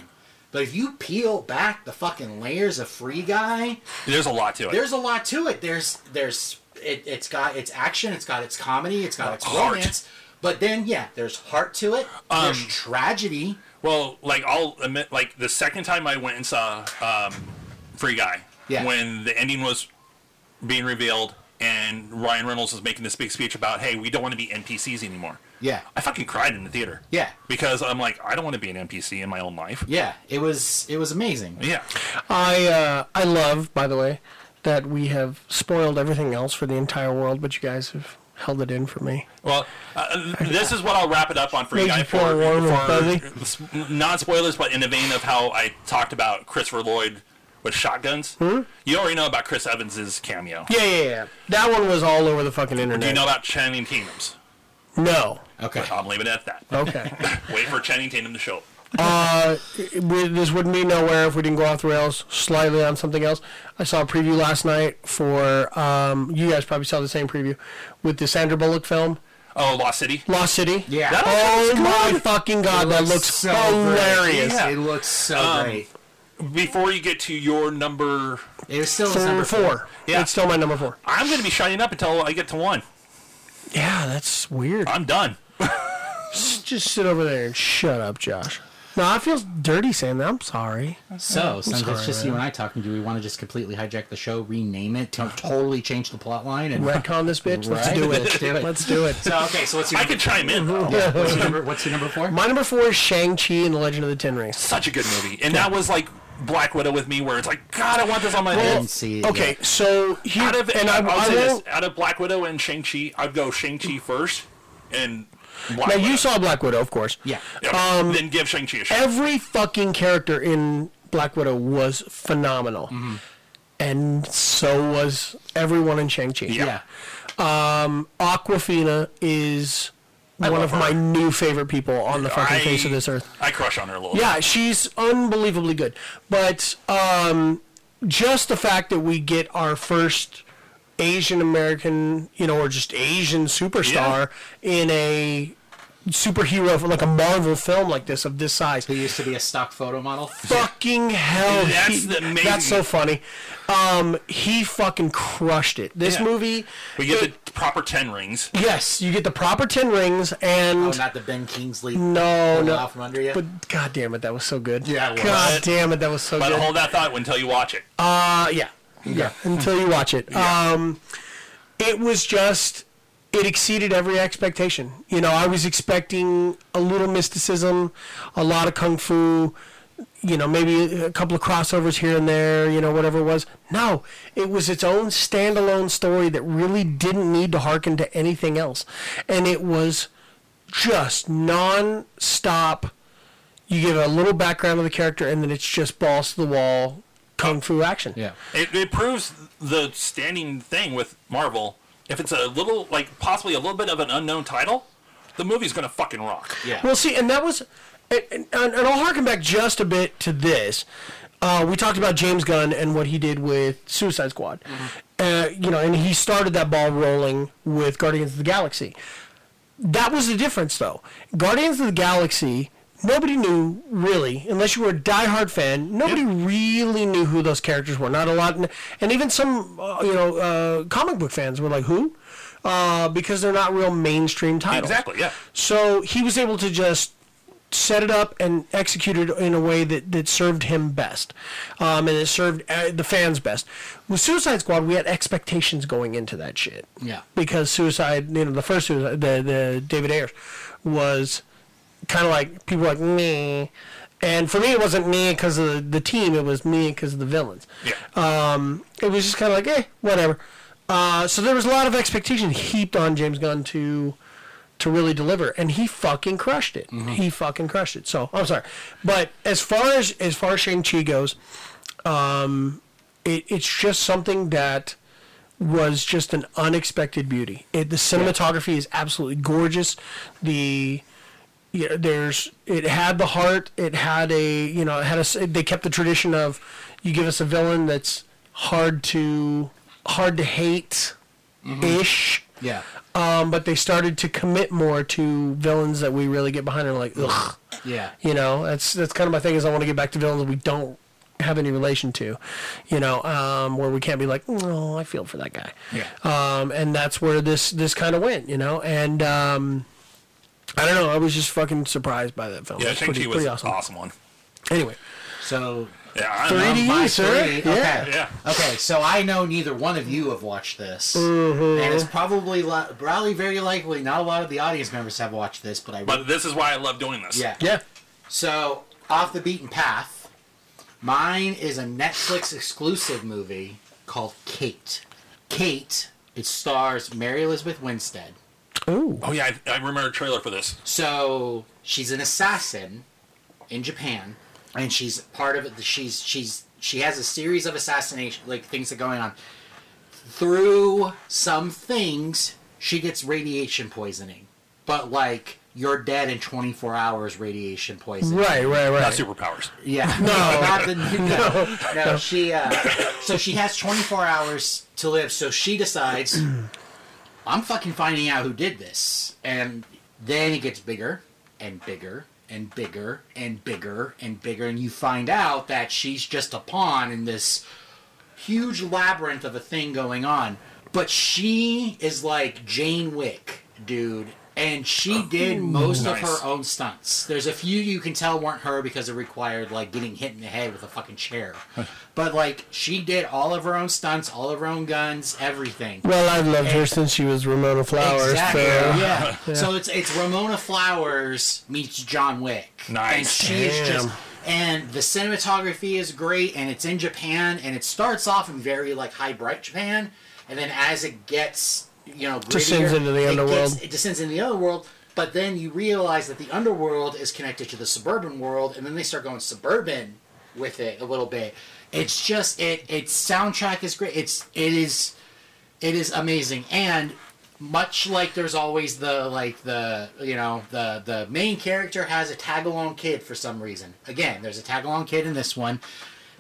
But if you peel back the fucking layers of Free Guy, There's a lot to it. there's a lot to it. There's there's it, it's got its action, it's got its comedy, it's got its Heart. romance. But then yeah, there's heart to it. there's tragedy. Well, like I'll admit, like the second time I went and saw um, Free Guy, Yeah. when the ending was being revealed and Ryan Reynolds was making this big speech about, "Hey, we don't want to be NPCs anymore." Yeah. I fucking cried in the theater. Yeah. because I'm like, I don't want to be an NPC in my own life. Yeah, it was it was amazing. Yeah, I uh, I love, by the way, that we have spoiled everything else for the entire world, but you guys have held it in for me. Well, uh, this is what I'll wrap it up on for you Makes you guys feel warm and non spoilers, but in the vein of how I talked about Christopher Lloyd with shotguns. You already know about Chris Evans's cameo. Hmm? Yeah, yeah, yeah. That one was all over the fucking internet. Do you know about Channing Tatum's? No. Okay. I'm leaving it at that. Okay. Wait for Channing Tatum to show up. It would- this wouldn't be nowhere if we didn't go off the rails slightly on something else. I saw a preview last night for um, you guys probably saw the same preview with the Sandra Bullock film Oh, Lost City. Lost City. Yeah. That Oh looks my good. fucking god, that looks so Great. hilarious. Yeah. It looks so great. Before you get to your number, It was still For number four, four. Yeah. it's still my number four. I'm going to be shining up until I get to one. Yeah, that's weird. I'm done. Just sit over there and shut up, Josh. No, I feel dirty saying that. I'm sorry. So since sorry, it's just you and I talking, do we want to just completely hijack the show, rename it, to- totally change the plot line, and Retcon this bitch. Let's Right? do it. Let's do it. Let's do it. So okay, so what's your I number, could chime in. though. Mm-hmm. what's your number, what's your number four? My number four is Shang Chi and the Legend of the Ten Rings. Such a good movie, and that was like Black Widow with me, where it's like, God, I want this on my head. didn't see it Okay, yet. so here out of and I, I'll I say won't, this out of Black Widow and Shang Chi, I'd go Shang Chi first, and Black Now Widow. you saw Black Widow, of course. Yeah. Yeah, then give Shang Chi a shot. Every fucking character in Black Widow was phenomenal, Mm-hmm. and so was everyone in Shang Chi. Yeah. Yeah. Aquafina is one love of my new favorite people on the fucking I- face of this earth. I crush on her a little. Yeah, she's unbelievably good. But um, just the fact that we get our first Asian American, you know, or just Asian superstar in a superhero, like a Marvel film like this of this size. Who used to be a stock photo model? Fucking hell! That's he- the amazing- That's so funny. Um, he fucking crushed it. This Yeah. movie, we get the proper ten rings. yes, you get the proper ten rings, Oh, and not the Ben Kingsley. no, pull no, out from under you. but god damn it, that was so good. Yeah, it was. god damn it, that was so But good. hold that thought until you watch it. Uh, yeah. Yeah. Until you watch it. Um, it was just, it exceeded every expectation. You know, I was expecting a little mysticism, a lot of kung fu, you know, maybe a couple of crossovers here and there, you know, whatever it was. No, it was its own standalone story that really didn't need to hearken to anything else. And it was just non stop you give a little background of the character and then it's just balls to the wall kung fu action. Yeah. it. It proves the standing thing with Marvel. If it's a little, like possibly a little bit of an unknown title, the movie's gonna fucking rock. Yeah. Well, see, and that was, and, and, and I'll harken back just a bit to this. Uh, we talked about James Gunn and what he did with Suicide Squad. Uh, you know, and he started that ball rolling with Guardians of the Galaxy. That was the difference, though. Guardians of the Galaxy, nobody knew really, unless you were a diehard fan. Nobody really knew who those characters were. Not a lot, and even some, uh, you know, uh, comic book fans were like, "Who?" Uh, because they're not real mainstream titles. Exactly. Yeah. So he was able to just set it up and execute it in a way that, that served him best, um, and it served uh, the fans best. With Suicide Squad, we had expectations going into that shit. Yeah. Because Suicide, you know, the first Suicide, the the David Ayers was kind of like people were like me, and for me it wasn't me because of the, the team, it was me because of the villains Um, Yeah. it was just kind of like, eh, whatever. Uh, so there was a lot of expectation heaped on James Gunn to to really deliver, and he fucking crushed it. He fucking crushed it. So I'm sorry, but as far as as far as Shang Chi goes, um, it, it's just something that was just an unexpected beauty. It, the cinematography is absolutely gorgeous. The yeah, there's it had the heart. It had a you know it had a s- they kept the tradition of you give us a villain that's hard to hard to hate ish. yeah. Um, but they started to commit more to villains that we really get behind and like ugh. Yeah. You know, that's that's kind of my thing is I want to get back to villains we don't have any relation to, you know, um, where we can't be like, oh, I feel for that guy. Yeah. Um, and that's where this this kind of went, you know, and um, I don't know, I was just fucking surprised by that film. yeah. It's Shang Chi pretty- was pretty an awesome. one. Anyway, So Yeah. I Three know. D- my sir? Um, three, Yeah. Okay. Yeah. Okay. So I know neither one of you have watched this, Mm-hmm. and it's probably li- probably very likely not a lot of the audience members have watched this, but I But this is why I love doing this. yeah. yeah, So off the beaten path, mine is a Netflix exclusive movie called Kate. Kate It stars Mary Elizabeth Winstead. Ooh. Oh yeah, I, I remember a trailer for this. So she's an assassin in Japan, and she's part of it. She's she's she has a series of assassination like things that are going on. Through some things, she gets radiation poisoning, but like you're dead in 24 hours radiation poisoning. Right, right, right. Not superpowers. Yeah. No. Not the, no, no. She. Uh, so she has 24 hours to live. So she decides, I'm fucking finding out who did this, and then it gets bigger and bigger and bigger and bigger and bigger, and you find out that she's just a pawn in this huge labyrinth of a thing going on. But she is like Jane Wick, dude. And she did most of her own stunts. There's a few you can tell weren't her because it required like getting hit in the head with a fucking chair. but like she did all of her own stunts, all of her own guns, everything. Well, I've loved her since she was Ramona Flowers. Exactly. So. Yeah. So it's it's Ramona Flowers meets John Wick. And Nice. she is just Damn. and the cinematography is great and it's in Japan and it starts off in very like high bright Japan and then as it gets you know Descends grittier, into the it underworld. gets- it descends into the underworld. But then you realize that the underworld is connected to the suburban world, and then they start going suburban with it a little bit. It's just it. Its soundtrack is great. It's it is it is amazing and much like there's always the like the you know the the main character has a tag along kid for some reason again there's a tag along kid in this one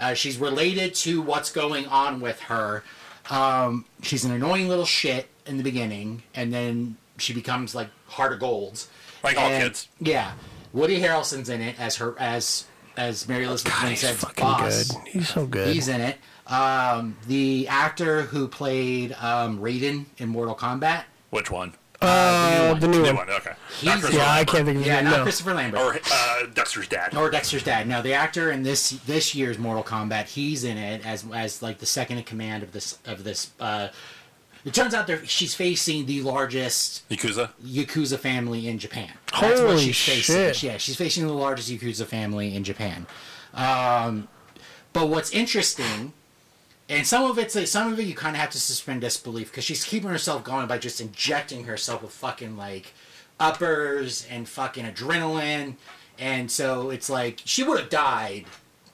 uh, she's related to what's going on with her um, she's an annoying little shit in the beginning and then she becomes like heart of gold Like all And- kids. yeah woody harrelson's in it as her as as mary elizabeth Oh, God, he's Winstead's fucking boss good. He's so good. He's in it. Um, the actor who played um, Raiden in Mortal Kombat. Which one? uh, the new New one. one. Okay. He's- Chris Yeah, I Rock. can't think of his Yeah, name. not no. Christopher Lambert. Or, Or uh, Dexter's dad. Dexter's dad. No, the actor in this this year's Mortal Kombat, he's in it as as like the second in command of this of this. Uh, it turns out there she's facing the largest Yakuza. yakuza family in Japan. That's what Holy she's shit. Facing. Yeah, she's facing the largest yakuza family in Japan. Um, but what's interesting, and some of it's like, some of it you kind of have to suspend disbelief because she's keeping herself going by just injecting herself with fucking like uppers and fucking adrenaline, and so it's like she would have died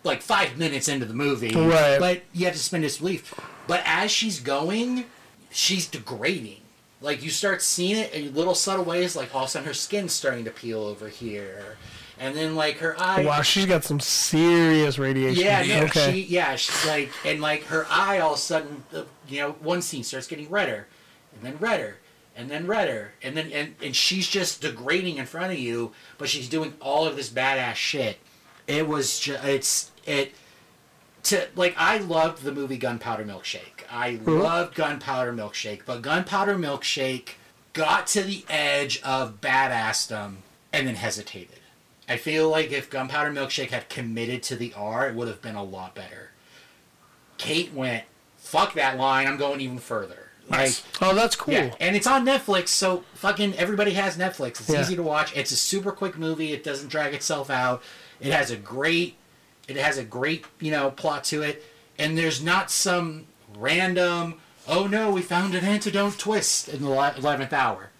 like five minutes into the movie, Right. But you have to suspend disbelief. But as she's going, she's degrading. Like you start seeing it in little subtle ways, like all of a sudden her skin's starting to peel over here, and then like her eyes. Wow, she's got some serious radiation. Yeah, no, okay. she, yeah, she's like, and like her eye all of a sudden, uh, you know, one scene starts getting redder, and then redder, and then redder, and then and and she's just degrading in front of you, but she's doing all of this badass shit. It was just, it's it. To, like I loved the movie Gunpowder Milkshake. I loved Gunpowder Milkshake, but Gunpowder Milkshake got to the edge of badassdom and then hesitated. I feel like if Gunpowder Milkshake had committed to the R, it would have been a lot better. Kate went, "Fuck that line! I'm going even further." Nice. Like, oh, that's cool. yeah, and it's on Netflix, so fucking everybody has Netflix. It's Yeah. easy to watch. It's a super quick movie. It doesn't drag itself out. It has a great, it has a great you know plot to it, and there's not some random oh no we found an antidote twist in the eleventh hour.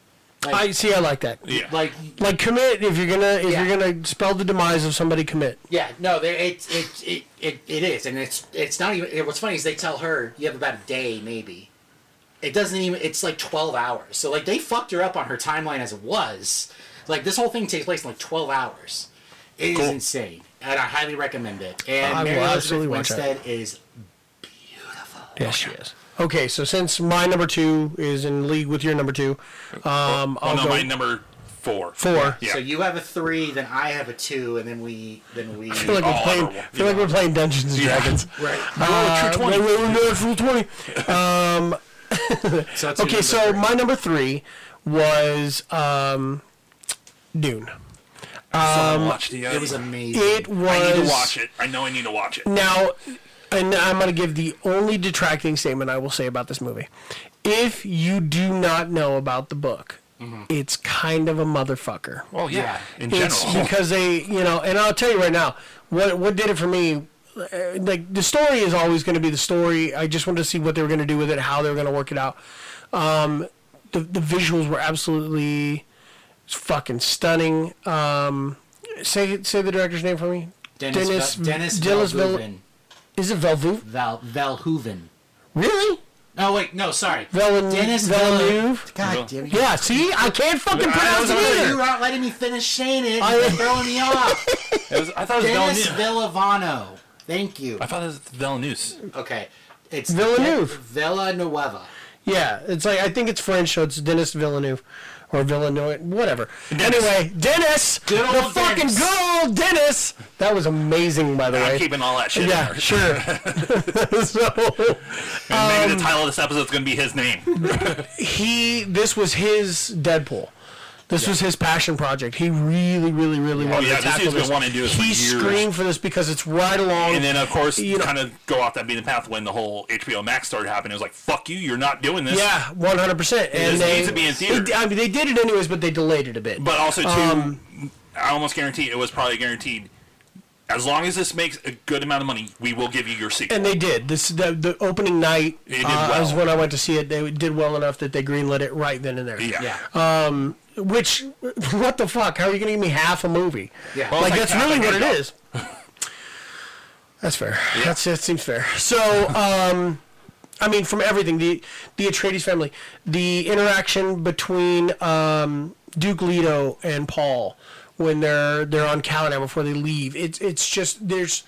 Like, I see. I like that. Yeah. like Like commit if you're gonna if Yeah. you're gonna spell the demise of somebody. Commit. yeah no there it it, it it it is and it's it's not even it- what's funny is they tell her you have about a day maybe. It doesn't even. It's like twelve hours. So like they fucked her up on her timeline as it was. Like this whole thing takes place in like twelve hours. It is insane, and I highly recommend it. And I will Mary Elizabeth absolutely watch that. Winstead is Yes, she is. Okay, so since my number two is in league with your number two, um, Oh I'll no, go my number four. four. Yeah. so. You have a three, then I have a two, and then we then we. I feel like all we're playing. honorable. feel like we're playing Dungeons and Yeah. Dragons. right. Uh, I rolled a true wait, wait, wait, wait, roll 20. So that's your Okay, number so three. my number three was um, Dune. Um, watch the, uh, it was amazing. It was. I need to watch it. I know I need to watch it. Now, and I'm going to give the only detracting statement I will say about this movie. If you do not know about the book, Mm-hmm. it's kind of a motherfucker. Well, yeah. Yeah. In It's general. because they, you know, and I'll tell you right now, what what did it for me uh, like the story is always going to be the story. I just wanted to see what they were going to do with it, how they were going to work it out. Um, the the visuals were absolutely fucking stunning. Um, say say the director's name for me. Dennis Dennis, Vel- Dennis, Dennis Vel- Valhoeven. Is it Velvu? Val Valhoeven. Really? No, Oh, wait, no, sorry. Velen- Dennis Villeneuve. Villeneuve? God damn it. Yeah. See, I can't fucking I pronounce was it wondering- either. You're not letting me finish saying it. I- You're throwing me off. It was, I thought it was Dennis Villeneuve. Villavano. Thank you. I thought it was Villeneuve. Okay. It's Villeneuve. Villanueva. Yeah, it's like I think it's French, so it's Dennis Villeneuve or Villeneuve, whatever. Anyway, Dennis, Good the old fucking Dennis. good old Dennis. That was amazing, by the I'm way. keeping all that shit. Yeah, in there. sure. so And Um, maybe the title of this episode is going to be his name. he, this was his Deadpool. This was his passion project. He really, really, really wanted Oh, yeah, this to tackle dude's been this. wanting to do this for he years. screamed for this because it's right along. and then, of course, You know- kind of go off that being the path when the whole HBO Max started happening. It was like, fuck you, you're not doing this. yeah, one hundred percent. And just they needs to be in theater. they- I mean, they did it anyways, but they delayed it a bit. But also, too, Um, I almost guarantee it was probably guaranteed. As long as this makes a good amount of money, we will give you your sequel. And they did. This the, the opening night It did uh, was well. when I went to see it. They did well enough that they greenlit it right then and there. yeah. Yeah. Which, what the fuck? How are you going to give me half a movie? Yeah. Well, like, it's like that's half really a what it handout. is. That's fair. That's that seems fair. So, um, I mean, from everything the the Atreides family, the interaction between um, Duke Leto and Paul when they're they're on Caladan before they leave, it's it's just there's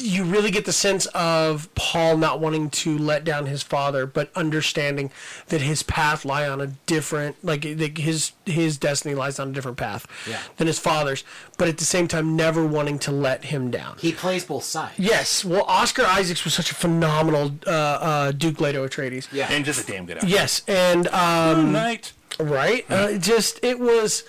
you really get the sense of Paul not wanting to let down his father, but understanding that his path lie on a different, like that his his destiny lies on a different path Yeah. than his father's, but at the same time never wanting to let him down. he plays both sides. Yes, well, Oscar Isaacs was such a phenomenal uh, uh, Duke Leto Atreides. Yeah. And just a damn good actor. Yes, and um, Night. right, uh, it just it was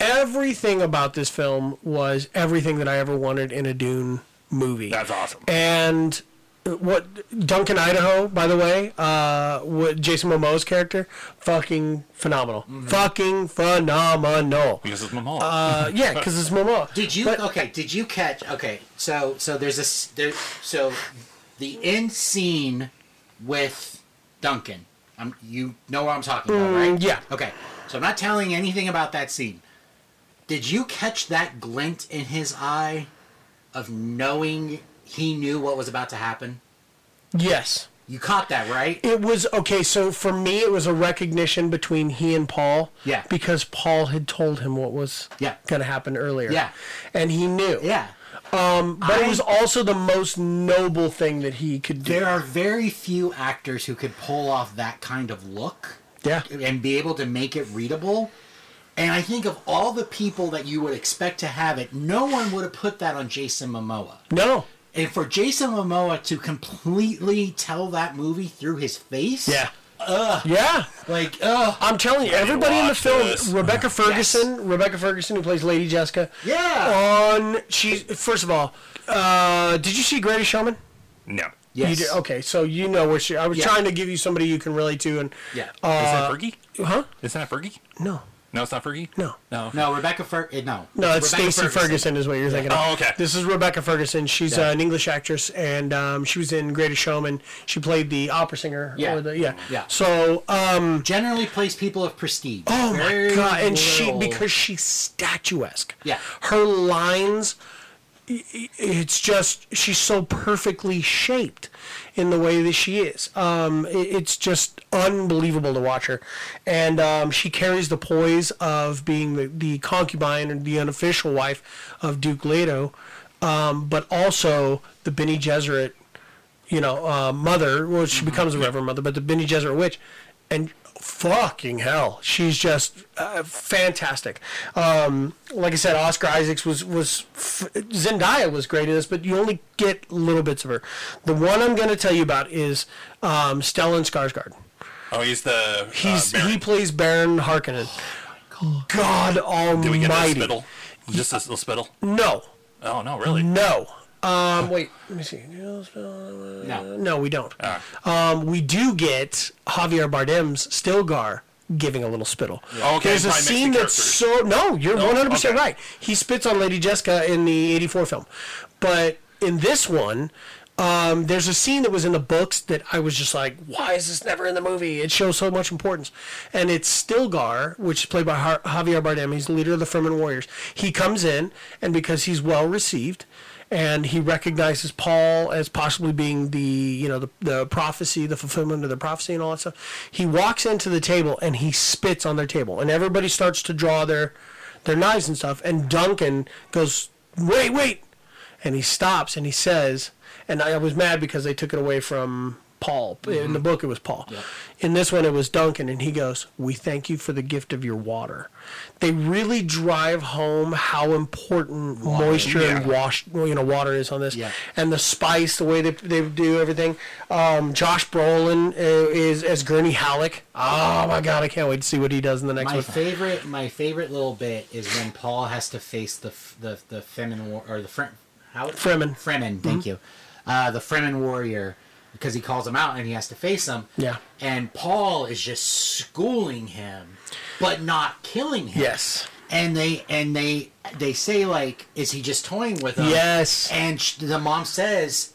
everything about this film was everything that I ever wanted in a Dune movie. That's awesome. And what Duncan Idaho, by the way, uh, what Jason Momoa's character, fucking phenomenal, Mm-hmm. fucking phenomenal. Because it's Momoa. Uh, yeah, because it's Momoa. Did you But- okay? Did you catch okay? So so there's this there so the end scene with Duncan. I'm, you know what I'm talking about, right? yeah. Okay. So I'm not telling anything about that scene. Did you catch that glint in his eye of knowing he knew what was about to happen? Yes. You caught that, right? It was okay. So for me, it was a recognition between he and Paul. Yeah. Because Paul had told him what was Yeah. going to happen earlier. Yeah. And he knew. Yeah. But it was I- also the most noble thing that he could do. There are very few actors who could pull off that kind of look. Yeah. and be able to make it readable. And I think of all the people that you would expect to have it, no one would have put that on Jason Momoa. No. And for Jason Momoa to completely tell that movie through his face, Yeah. Yeah. like, ugh, I'm telling you, everybody in the watch film, this. Rebecca Ferguson, Rebecca Ferguson, who plays Lady Jessica. Oh, yeah, On she's first of all, uh, did you see Greatest Showman? no. You yes, did, okay, so you know where she. I was Yeah. trying to give you somebody you can relate to, and yeah. Oh. Isn't that Fergie? Uh, huh? Isn't that Fergie? No, No, it's not Fergie? No. No. no, Rebecca Fer, eh, no, No, it's Rebecca Stacey Ferguson. is what you're thinking. Oh, of. okay. This is Rebecca Ferguson. She's Yeah. uh, an English actress, and um, she was in Greatest Showman. She played the opera singer. Yeah. Or the, yeah. Yeah. So, um, Generally plays people of prestige. oh my Very god, and she little- because she's statuesque. Yeah. Her lines, i- i- it's just she's so perfectly shaped in the way that she is. Um, i- it's just unbelievable to watch her, and um, she carries the poise of being the, the concubine or the unofficial wife of Duke Leto, um, but also the Bene Gesserit, you know, uh, mother. Well, she becomes a Reverend Mother, but the Bene Gesserit witch, and fucking hell, she's just uh, fantastic. Um, like I said, Oscar Isaacs was was f- Zendaya was great in this, but you only get little bits of her. The one I'm going to tell you about is um, Stellan Skarsgård. Oh, he's the. He's uh, Baron. he plays Baron Harkonnen. God Did we get a Almighty! spittle? Just a little spittle? No, Oh, no, really? no. Um, wait, let me see. no, No, we don't. Ah. Um, we do get Javier Bardem's Stilgar giving a little spittle. Oh, okay, There's a probably mixed scene the that's so no, you're 100 percent okay. right. He spits on Lady Jessica in the '84 film, but in this one, um, there's a scene that was in the books that I was just like, why is this never in the movie? It shows so much importance. And it's Stilgar, which is played by Har- Javier Bardem. He's the leader of the Furman Warriors. He comes in, and because he's well received, and he recognizes Paul as possibly being the you know the, the prophecy, the fulfillment of the prophecy, and all that stuff. He walks into the table and he spits on their table, and everybody starts to draw their their knives and stuff. And Duncan goes, "Wait, wait!" And he stops and he says, and I was mad because they took it away from Paul. In the book, it was Paul. In this one, it was Duncan, and he goes, We thank you for the gift of your water. They really drive home how important moisture and wash, you know, water is on this. Yeah. And the spice, the way they, they do everything. Um, Josh Brolin uh, is as Gurney Halleck. Oh, my God, I can't wait to see what he does in the next My one. favorite, my favorite little bit is when Paul has to face the f- the the Fremen war or the Fre- how Fremen. Mm-hmm. Fremen, thank you, uh, the Fremen warrior, because he calls him out and he has to face him. Yeah. and Paul is just schooling him, but not killing him. yes. and they and they they say like, is he just toying with him? Yes. and sh- the mom says.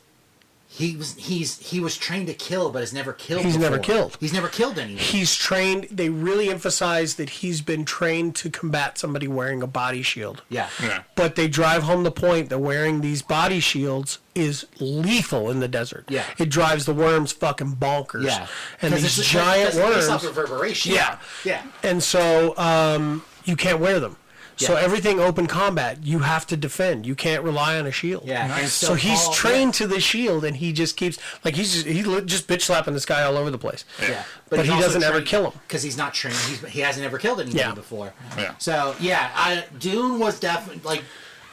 He was he's he was trained to kill, but has never killed. He's never before. killed. He's never killed anyone. he's trained they really emphasize that he's been trained to combat somebody wearing a body shield Yeah. Yeah. but they drive home the point that wearing these body shields is lethal in the desert Yeah. it drives the worms fucking bonkers Yeah. and 'Cause these it's- giant because They worms suffer reverberation. Yeah. Yeah. and so um, you can't wear them so Yeah. everything open combat you have to defend you can't rely on a shield Yeah. and so, he's Paul- trained to the shield and he just keeps like he's just, he's li- just bitch slapping this guy all over the place Yeah. But he doesn't ever kill him. because he's not trained. He's, he hasn't ever killed anybody Yeah. before. Yeah. So yeah, I, Dune was definitely like,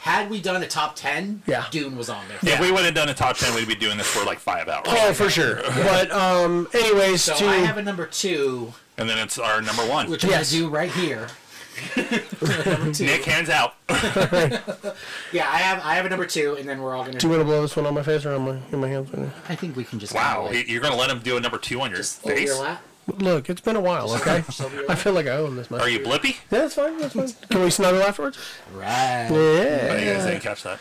had we done a top ten, Yeah. Dune was on there. If we would have done a top ten, we'd be doing this for like five hours. Oh, for sure. But um, anyways, So to I have a number two, And then it's our number one. which I'm Yes. gonna do right here. number two. Nick hands out. Yeah, I have I have a number two, and then we're all gonna. do you want to blow this one on my face or on my in my hands? I think we can just. Wow, kinda, like, you're gonna let him do a number two on your just over your face? lap. Look, it's been a while. Okay, I feel like I own this much. Are you blippy? Yeah, that's fine. That's fine. Can we snuggle afterwards? Right. Yeah. I guess I didn't catch that.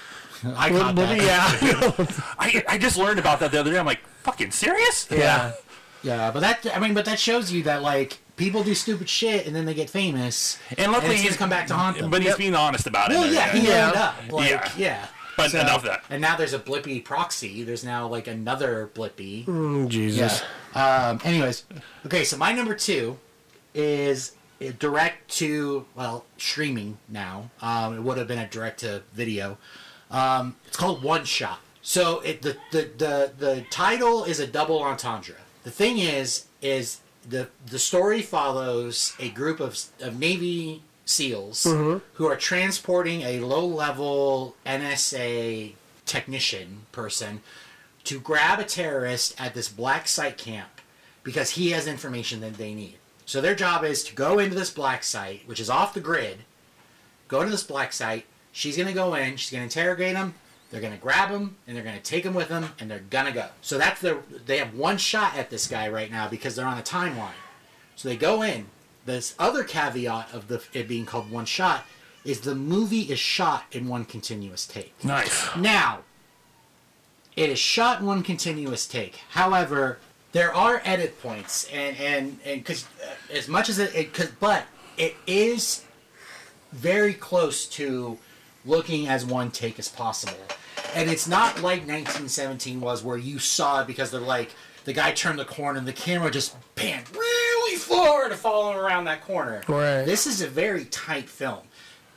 I Little caught bit- that. yeah. I, I just learned about that the other day. I'm like, fucking serious? yeah. Yeah, but that I mean, but that shows you that like people do stupid shit and then they get famous. And luckily it's gonna he's come back to haunt them. But he's being honest about it. well, and yeah, everything. he Yeah. ended up like Yeah. yeah. But enough of that. And now there's a blippy proxy. There's now like another blippy. Mm, Jesus. Um. Anyways, okay. So my number two is a direct to well streaming now. Um. It would have been a direct to video. Um. It's called One Shot. So it the the the the title is a double entendre. The thing is is the the story follows a group of of Navy SEALs who are transporting a low level NSA technician person to grab a terrorist at this black site camp because he has information that they need. So their job is to go into this black site, which is off the grid, go to this black site. She's going to go in, she's going to interrogate him, they're going to grab him, and they're going to take him with them, and they're going to go. So that's their, they have one shot at this guy right now because they're on a timeline. So they go in. This other caveat of the, it being called one shot is the movie is shot in one continuous take. Nice. Now, it is shot in one continuous take. However, there are edit points, and and and because uh, as much as it, it cause, but it is very close to looking as one take as possible. And it's not like 1917 was, where you saw it because they're like the guy turned the corner and the camera just panned really far to follow him around that corner. Right. This is a very tight film,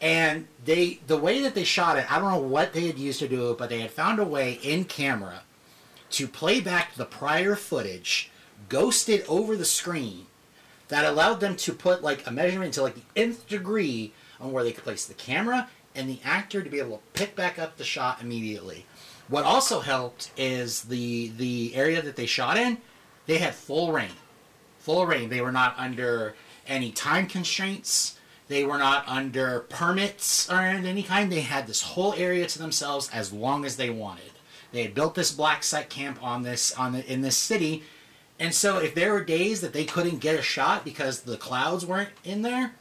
and they the way that they shot it, I don't know what they had used to do it, but they had found a way in camera to play back the prior footage ghosted over the screen that allowed them to put like a measurement to like the nth degree on where they could place the camera and the actor to be able to pick back up the shot immediately. What also helped is the the area that they shot in, they had full rain. Full rain. They were not under any time constraints. They were not under permits or any kind. They had this whole area to themselves as long as they wanted. They had built this black site camp on this on the, in this city and so if there were days that they couldn't get a shot because the clouds weren't in there,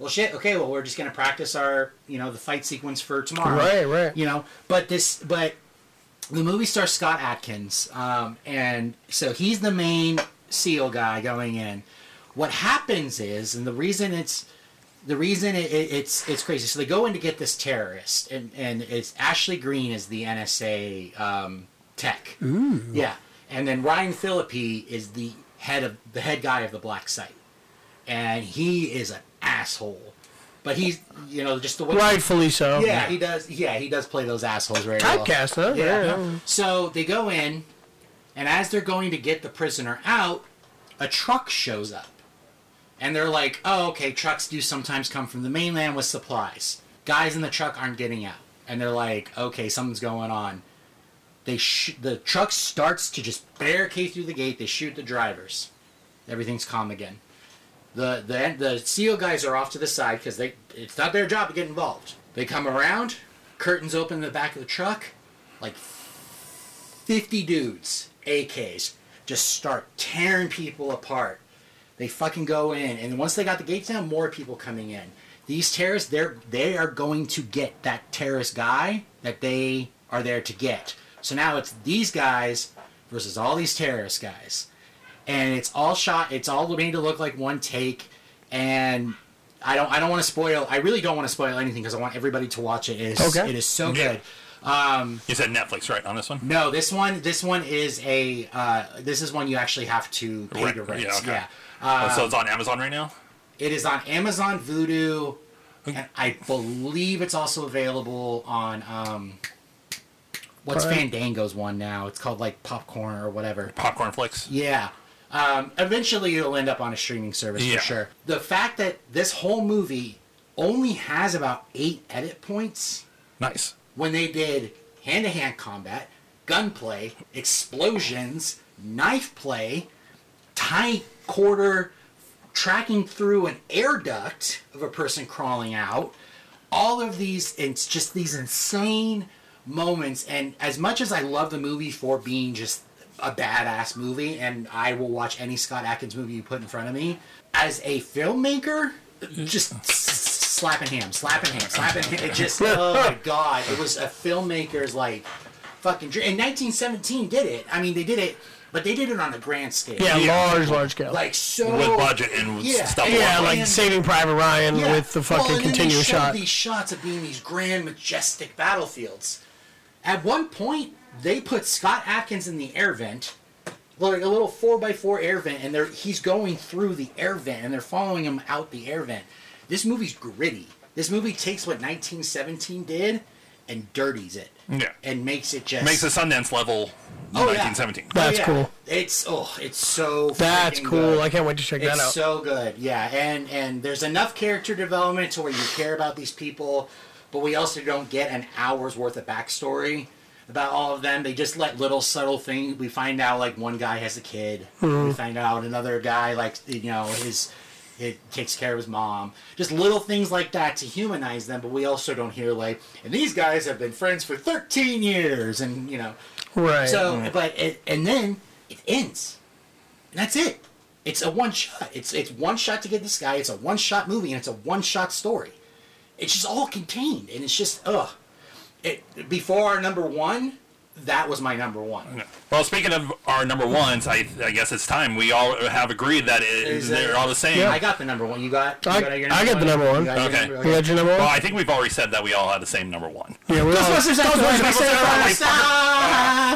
well, shit. Okay, well, we're just gonna practice our, you know, the fight sequence for tomorrow. Right, right. You know, but this, but the movie stars Scott Atkins, um, and so he's the main SEAL guy going in. What happens is, and the reason it's the reason it, it, it's it's crazy. So they go in to get this terrorist, and and it's Ashley Green is the NSA um, tech. Yeah, and then Ryan Philippi is the head of the head guy of the black site, and he is an asshole. But he's you know just the way Rightfully so. yeah, he does. Yeah, he does play those assholes very well. Typecast, huh? Yeah. yeah. So they go in, and as they're going to get the prisoner out, a truck shows up. And they're like, oh, okay, trucks do sometimes come from the mainland with supplies. Guys in the truck aren't getting out. And they're like, okay, something's going on. They sh- the truck starts to just barricade through the gate. They shoot the drivers. Everything's calm again. The the the seal guys are off to the side because they it's not their job to get involved. They come around, curtains open in the back of the truck, like 50 dudes, AKs, just start tearing people apart. They fucking go in, and once they got the gates down, more people coming in. These terrorists, they're they are going to get that terrorist guy that they are there to get. So now it's these guys versus all these terrorist guys, and it's all shot. It's all made to look like one take, and I don't I don't want to spoil. I really don't want to spoil anything because I want everybody to watch it. It is Okay. it is so Yeah. good. You said Netflix, right, on this one? No, this one, this one is a, uh, this is one you actually have to pay to Right, rent. yeah, Yeah, okay. Uh, so it's on Amazon right now? it is on Amazon Vudu, and I believe it's also available on um, what's Prime. Fandango's one now? It's called like Popcorn or whatever. Popcorn Flicks? Yeah. Um, eventually, it'll end up on a streaming service Yeah. for sure. The fact that this whole movie only has about eight edit points Nice. when they did hand to hand combat, gunplay, explosions, knife play, tight quarter tracking through an air duct of a person crawling out. All of these, it's just these insane moments. And as much as I love the movie for being just a badass movie, and I will watch any Scott Atkins movie you put in front of me, as a filmmaker, just s- slapping him, slapping him, slapping him. It just, oh my god, it was a filmmaker's like fucking dream. And 1917 did it. I mean, they did it, but they did it on a grand scale Yeah, large, large scale. like so With budget and yeah, stuff yeah, and- like Saving Private Ryan yeah. with the Well, fucking and then they continuous showed shot. These shots of being these grand, majestic battlefields. At one point, they put Scott Atkins in the air vent, like a little four x four air vent, and they're he's going through the air vent, and they're following him out the air vent. This movie's gritty. This movie takes what 1917 did and dirties it. Mm. Yeah. And makes it just Makes the Sundance level Oh, yeah. 1917. Oh, That's yeah. cool. It's oh, it's so. That's freaking cool. good. I can't wait to check that It's out. so good, yeah. And and there's enough character development to where you care about these people, but we also don't get an hour's worth of backstory about all of them. They just let little subtle things. We find out like one guy has a kid. Mm-hmm. We find out another guy like you know his. It takes care of his mom. Just little things like that to humanize them, but we also don't hear like, and these guys have been friends for 13 years, and you know, right. so, but it, and then it ends. And that's it. It's a one shot. It's it's one shot to get this guy. It's a one shot movie, and it's a one shot story. It's just all contained, and it's just ugh. It before our number one, that was my number one. Well, speaking of our number ones, I, I guess it's time. We all have agreed that it, Is, uh, they're all the same. I got the number one. You got. You I- got your I got the number one. You got your Okay. number- You got your number one? Well, I think we've already said that we all had the same number one. yeah, we're all, Ghostbusters Afterlife, Ghostbusters I said it Afterlife. first.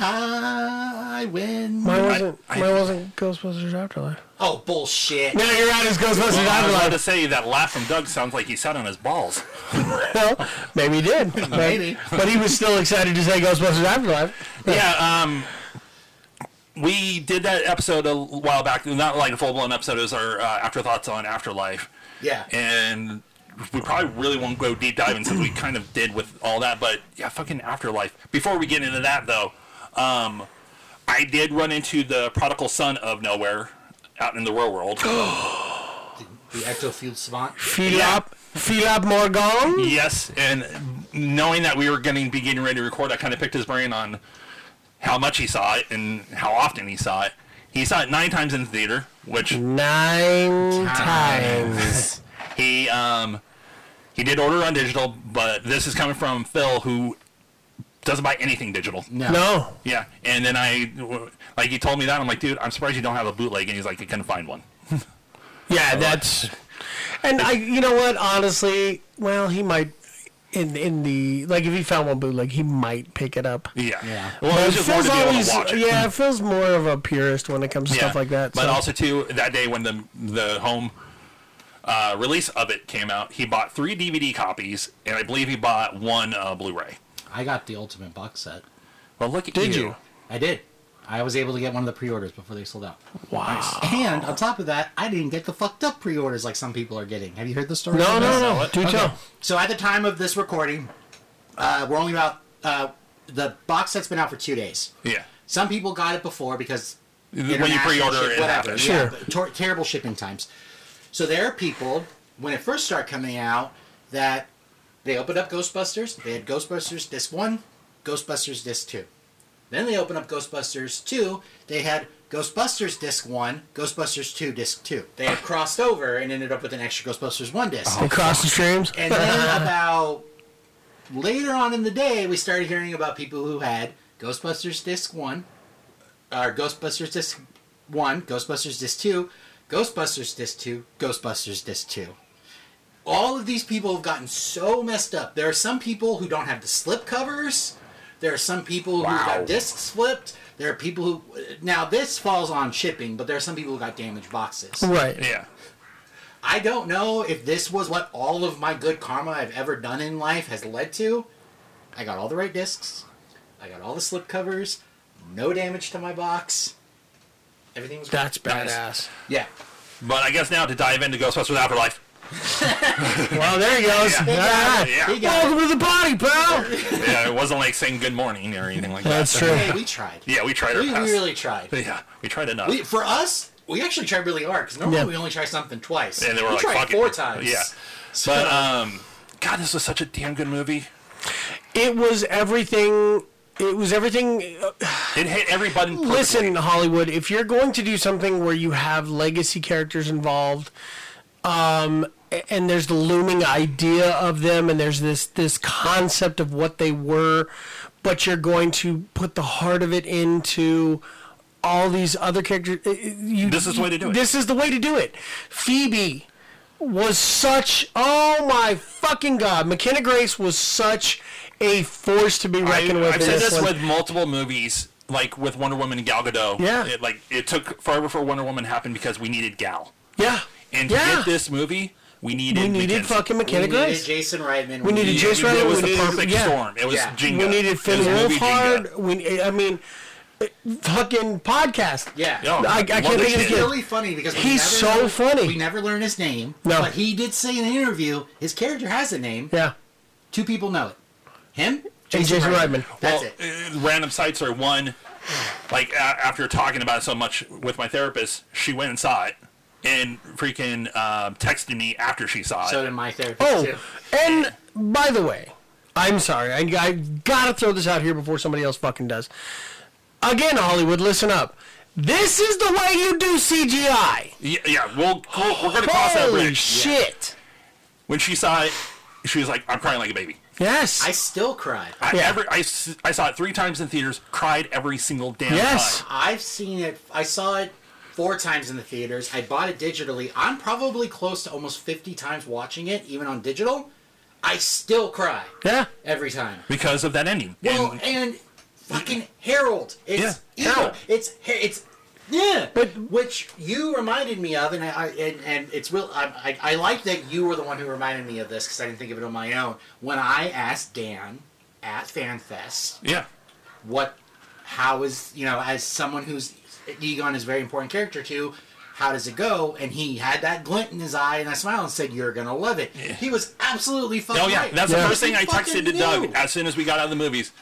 I win. Mine wasn't. I- mine wasn't Ghostbusters Afterlife. Oh bullshit! No, you're right. It's Ghostbusters I was about to Afterlife. say that laugh from Doug sounds like he sat on his balls. Well, maybe he did. But- Maybe. But he was still excited to say Ghostbusters Afterlife. yeah, um, we did that episode a while back. Not like a full blown episode. It was our uh, afterthoughts on Afterlife. Yeah. and we probably really won't go deep diving since we kind of did with all that. But yeah, fucking afterlife. Before we get into that though, um, I did run into the prodigal son of nowhere out in the real world. The Ectofield Savant. Philip Philip Morgan. yes, and knowing that we were going to be getting ready to record, I kind of picked his brain on how much he saw it and how often he saw it. He saw it nine times in the theater, which Mm-hmm. Nine times. He um he did order on digital, but this is coming from Phil who doesn't buy anything digital. No. Yeah, and then I like he told me that I'm like, dude, I'm surprised you don't have a bootleg, and he's like, I couldn't find one. Yeah, that's. And I, you know what? Honestly, well, he might in in the like if he found one bootleg, he might pick it up. Yeah, Yeah. Well, it was just more to be able to always, watch it. yeah, Phil's more of a purist when it comes to Yeah. stuff like that. But so- also too, that day when the the home uh, release of it came out, he bought three DVD copies, and I believe he bought one uh, Blu-ray. I got the ultimate box set. Well, look at did you. you? I did. I was able to get one of the pre-orders before they sold out. Wow. And on top of that, I didn't get the fucked up pre-orders like some people are getting. Have you heard the story? No, on this? no, no. Do tell. So at the time of this recording, uh, we're only about uh, the box set's been out for two days. Yeah. Some people got it before because When you international pre-order, ship- it whatever. happens. Sure. Yeah, but tor- terrible shipping times. So there are people when it first started coming out that they opened up Ghostbusters. They had Ghostbusters Disc One, Ghostbusters Disc Two. Then they opened up Ghostbusters Two. They had Ghostbusters Disc One, Ghostbusters Two Disc Two. They had crossed over and ended up with an extra Ghostbusters One disc. Across the streams. And then about later on in the day, we started hearing about people who had Ghostbusters Disc 1, or Ghostbusters Disc 1, Ghostbusters Disc 2, Ghostbusters Disc 2, Ghostbusters Disc 2. All of these people have gotten so messed up. There are some people who don't have the slip covers. There are some people who Wow. got discs flipped. There are people who. Now, this falls on shipping, but there are some people who got damaged boxes. right. Yeah. I don't know if this was what all of my good karma I've ever done in life has led to. I got all the right discs. I got all the slip covers. No damage to my box. Everything's That's Nice. badass. Yeah. But I guess now to dive into Ghostbusters Afterlife. Well, there he goes. Yeah. All right. Yeah. He got it. Welcome to the party, pal. yeah, it wasn't like saying good morning or anything like that. That's true. Hey, we tried. Yeah, we tried our We best. really tried. Yeah, we tried enough. We, for us, we actually tried really hard because normally Yeah. we only try something twice. and they were we like, tried "Fuck it." four times. Yeah, So, but um, God, this was such a damn good movie. It was everything. It was everything It hit every button. Perfectly. Listen, Hollywood, if you're going to do something where you have legacy characters involved, um, a- and there's the looming idea of them, and there's this this concept of what they were, but you're going to put the heart of it into all these other characters. i- i- You, This is the way to do it. This is the way to do it. Phoebe was such oh my fucking god mckenna grace was such a force to be reckoned I, with I've in said this one. with multiple movies, like with Wonder Woman and Gal Gadot. Yeah. it, like it took forever for Wonder Woman to happen because we needed Gal, yeah and to yeah get this movie, we needed We needed McKenzie. fucking we McKenna needed Grace. Jason Reitman. We needed Yeah, Jason we- Reitman, It was we the needed- perfect yeah. storm. It was Yeah. Jenga. We needed Finn It was movie Wolfhard. Jenga. We, I mean, eh, fucking podcast. Yeah. Yeah, I- I love can't this think of his shit. kid. really funny because we He's never- so funny. We never learn his name. No. But he did say in an interview his character has a name. Yeah. Two people know it. Him And Jason Reitman. That's well, it. uh, Random sites are one. Like a- after talking about it so much with my therapist, she went and saw it, and freaking uh, texted me after she saw it. So did my therapist Oh, too. and by the way, I'm sorry. I, I gotta throw this out here before somebody else fucking does. Again, Hollywood, listen up. This is the way you do CGI. Yeah, yeah we'll, we'll we're gonna cross that Holy bridge. shit. When she saw it, she was like, "I'm crying like a baby." Yes. I still cry. I, Yeah. every, I, s- I saw it three times in theaters. Cried every single damn yes. time. I've seen it. I saw it four times in the theaters. I bought it digitally. I'm probably close to almost 50 times watching it, even on digital. I still cry Yeah. every time. because of that ending. Well, And- and fucking Harold. It's Yeah, evil. Harold. It's it's yeah. But- which you reminded me of, and I, I and, and it's real. I, I I like that you were the one who reminded me of this because I didn't think of it on my own. When I asked Dan at FanFest yeah, what how is you know as someone who's Egon is a very important character to how does it go and he had that glint in his eye and that smile and said you're gonna love it he was absolutely fucking oh yeah, right. that's Yeah. the first thing I He fucking texted to knew. Doug as soon as we got out of the movies.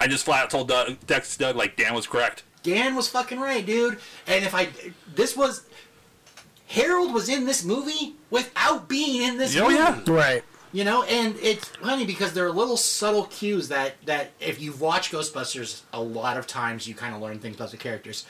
I just flat out told Doug, text Doug like Dan was correct. Dan was fucking right, dude. And if I, this was, Harold was in this movie without being in this Oh, movie. yeah. Right. You know, and it's funny because there are little subtle cues that that if you've watched Ghostbusters a lot of times, you kind of learn things about the characters.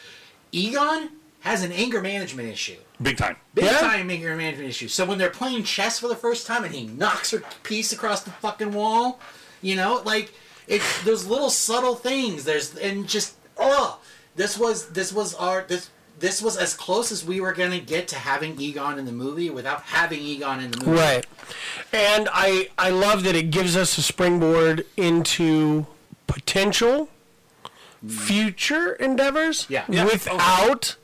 Egon has an anger management issue. Big time. Big Yeah. time anger management issue. So when they're playing chess for the first time and he knocks her piece across the fucking wall, you know, like it's those little subtle things. There's and just oh, this was this was our this this was as close as we were gonna get to having Egon in the movie without having Egon in the movie. Right. And I I love that it gives us a springboard into potential future endeavors Yeah. Yeah. without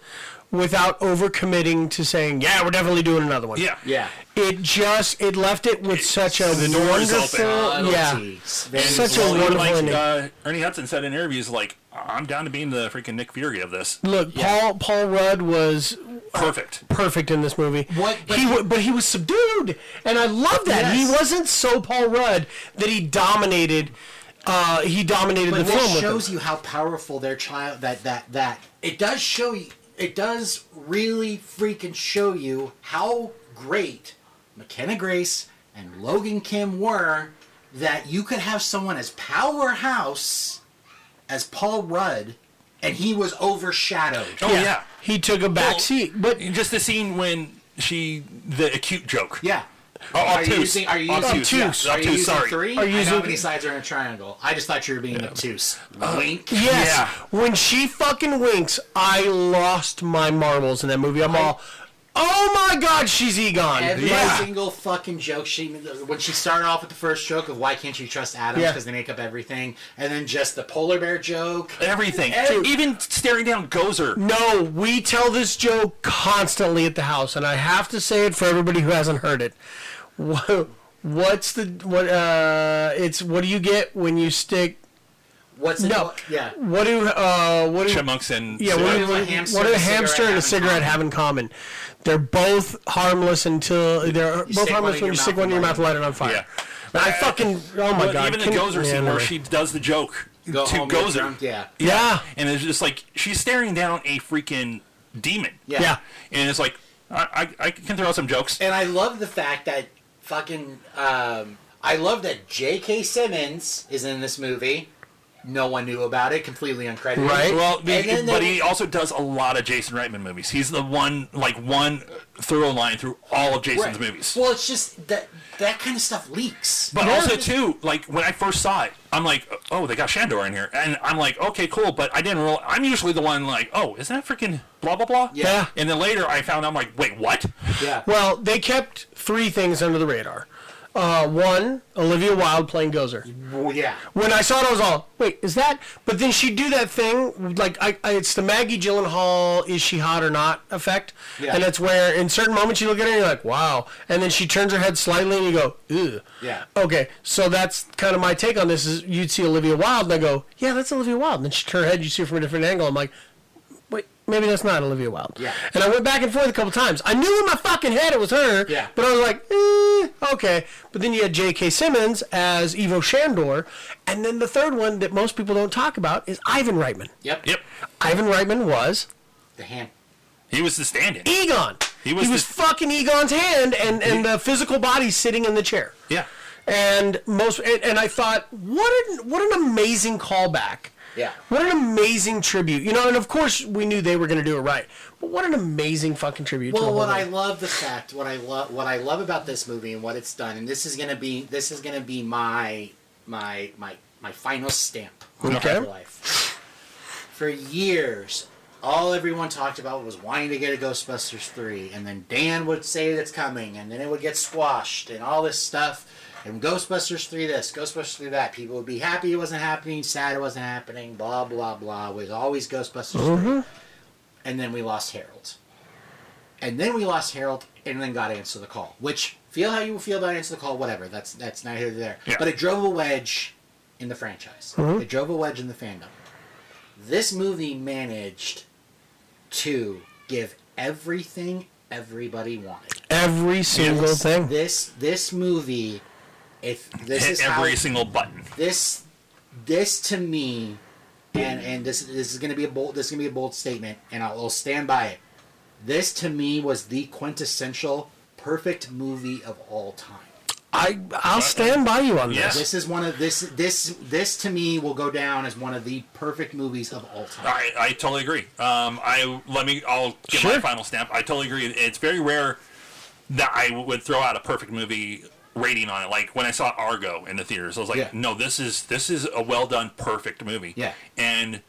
without overcommitting to saying, yeah, we're definitely doing another one. Yeah. Yeah. It just it left it with such a the door is wonderful open. yeah. Jeez. Such a Well, wonderful like, ending. Uh, Ernie Hudson said in interviews, like, I'm down to being the freaking Nick Fury of this. Look, Paul Paul Rudd was Perfect. perfect in this movie. What- But he, wa- but he was subdued, and I love that Yes. he wasn't so Paul Rudd that he dominated. Uh, he dominated But the film. this with shows him. you how powerful their child that that that it does show you it does really freaking show you how great McKenna Grace and Logan Kim were that you could have someone as powerhouse as Paul Rudd and he was overshadowed. Oh, yeah. he took a back seat, but Just the scene when she, the acute joke. Yeah. Oh, Are obtuse. you using are you using obtuse. obtuse. yeah. Are you Obtuse, using sorry. three? I Are you know how using- Uh, many sides are in a triangle. I just thought you were being obtuse. Wink. yes, Yeah. when she fucking winks, I lost my marbles in that movie. I'm all, oh my god, she's Egon. Every Yeah. single fucking joke she when she started off with the first joke of why can't you trust Adams Yeah. because they make up everything, and then just the polar bear joke. Everything. Even staring down Gozer. No, we tell this joke constantly at the house, and I have to say it for everybody who hasn't heard it. Wha- What's the what? Uh, it's what do you get when you stick? What's it? No, Yeah. What do uh? What do Chipmunks and. yeah? What, do, do a what, hamster what do a and a hamster and a cigarette cigarette have in common? They're both harmless until they're stick both one harmless in when your you stick mouth one in your and mouth, and light it on fire. I fucking oh my But god! Even can the you- Gozer yeah, scene where anyway. she does the joke Go to home, get Gozer. drunk, Yeah. yeah And it's just like, she's staring down a freaking demon. Yeah. yeah And it's like, I, I, I can throw out some jokes. And I love the fact that fucking um, I love that J.K. Simmons is in this movie. No one knew about it. Completely uncredited. Right. Well, And then but they- he also does a lot of Jason Reitman movies. He's the one, like one through line through all of Jason's Right. movies. Well, it's just that that kind of stuff leaks. but yeah. also too, like when I first saw it, I'm like, oh, they got Shandor in here, and I'm like, okay, cool. But I didn't real. I'm usually the one like, oh, isn't that freaking blah blah blah? yeah. And then later I found I'm like, wait, what? yeah. Well, they kept three things under the radar. Uh, one, Olivia Wilde playing Gozer. Well, yeah. When I saw it, I was all, "Wait, is that?" But then she'd do that thing, like I, I, it's the Maggie Gyllenhaal "Is she hot or not?" effect, Yeah. and it's where in certain moments you look at her and you're like, "Wow," and then she turns her head slightly and you go, "Ew." Yeah. Okay, so that's kind of my take on this. Is you'd see Olivia Wilde and I go, "Yeah, that's Olivia Wilde," and then she turn her head, you see her from a different angle. I'm like, "Wait, maybe that's not Olivia Wilde." Yeah. And I went back and forth a couple times. I knew in my fucking head it was her. Yeah. But I was like, eh, okay. But then you had J.K. Simmons as Evo Shandor, and then the third one that most people don't talk about is Ivan Reitman. Yep. Yep. Ivan Reitman was The hand. He was the stand-in. Egon. He was the- fucking Egon's hand, and and the physical body sitting in the chair. Yeah. And most, and, and I thought, what an what an amazing callback. Yeah. What an amazing tribute, you know. And of course, we knew they were going to do it right, but what an amazing fucking tribute. to the Well, whole what thing. I love the fact, what I love, what I love about this movie and what it's done, and this is gonna be, this is gonna be my, my, my, my final stamp on Okay. okay. life. For years, all everyone talked about was wanting to get a Ghostbusters three, and then Dan would say it's coming, and then it would get squashed, and all this stuff. And Ghostbusters 3 this, Ghostbusters 3 that. People would be happy it wasn't happening, sad it wasn't happening, blah, blah, blah. It was always Ghostbusters 3 and then we lost Harold. And then we lost Harold, and then got Answer the Call. Which feel how you feel about Answer the Call, whatever. That's that's neither here nor there. Yeah. But it drove a wedge in the franchise. It drove a wedge in the fandom. This movie managed to give everything everybody wanted. Every single This- thing. This this movie, if this is Hit how every single button. this this to me and and this this is gonna be a bold this is gonna be a bold statement and I'll, I'll stand by it this to me was the quintessential perfect movie of all time I I'll stand by you on Yeah. this. This is one of this this this to me will go down as one of the perfect movies of all time. I, I totally agree. Um, I let me. I'll give my Sure. final stamp. I totally agree. It's very rare that I would throw out a perfect movie rating on it. Like when I saw Argo in the theaters, I was like, Yeah. no, this is this is a well done, perfect movie. Yeah. And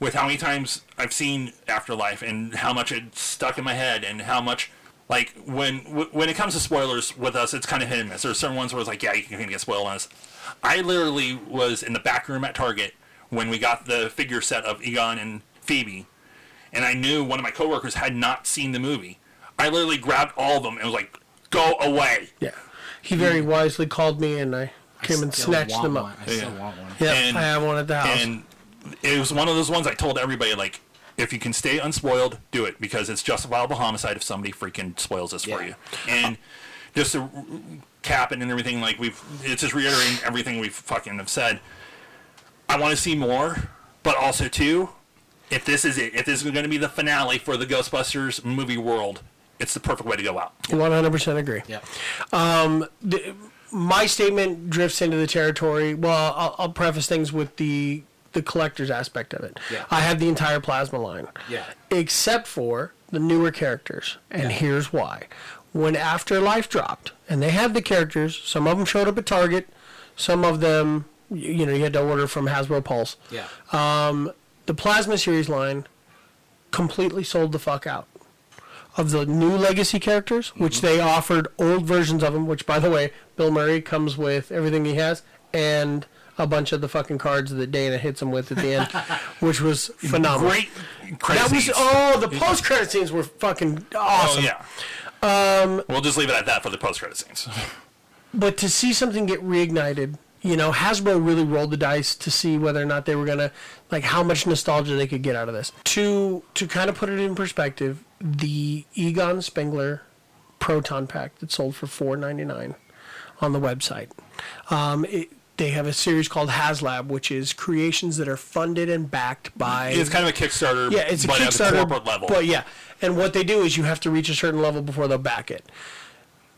with how many times I've seen Afterlife and how much it stuck in my head and how much. Like when wh- when it comes to spoilers with us, it's kind of hit and miss. There's certain ones where it's like, yeah, you can get spoiled on us. I literally was in the back room at Target when we got the figure set of Egon and Phoebe, and I knew one of my coworkers had not seen the movie. I literally grabbed all of them and was like, "Go away!" Yeah. He very wisely called me and I came and Still snatched want them one. up. I still Yeah. want one. Yeah, And- I have one at the house. And it was one of those ones I told everybody like, if you can stay unspoiled, do it because it's justifiable homicide if somebody freaking spoils this for Yeah. you. And just to cap it and everything, like we've, it's just reiterating everything we've fucking have said. I want to see more, but also too, if this is it, if this is going to be the finale for the Ghostbusters movie world, it's the perfect way to go out. One hundred percent agree. Yeah. the, my statement drifts into the territory. Well, I'll, I'll preface things with the the collector's aspect of it. Yeah. I have the entire plasma line. Yeah. Except for the newer characters, and here's why. When Afterlife dropped, and they had the characters, some of them showed up at Target, some of them, you, you know, you had to order from Hasbro Pulse. Yeah. Uh, The plasma series line completely sold the fuck out of the new legacy characters, Mm-hmm. which they offered old versions of them. Which, by the way, Bill Murray comes with everything he has and a bunch of the fucking cards that Dana hits him with at the end, which was phenomenal. Great, crazy. That was oh, the post credit scenes were fucking awesome. Oh, yeah. Um, we'll just leave it at that for the post-credit scenes. But to see something get reignited, you know, Hasbro really rolled the dice to see whether or not they were gonna like how much nostalgia they could get out of this. To to kind of put it in perspective, the Egon Spengler Proton Pack that sold for four ninety nine on the website. Um, it, they have a series called HasLab, which is creations that are funded and backed by It's kind of a Kickstarter. yeah, it's a but Kickstarter, at the corporate level. But yeah, and what they do is you have to reach a certain level before they'll back it.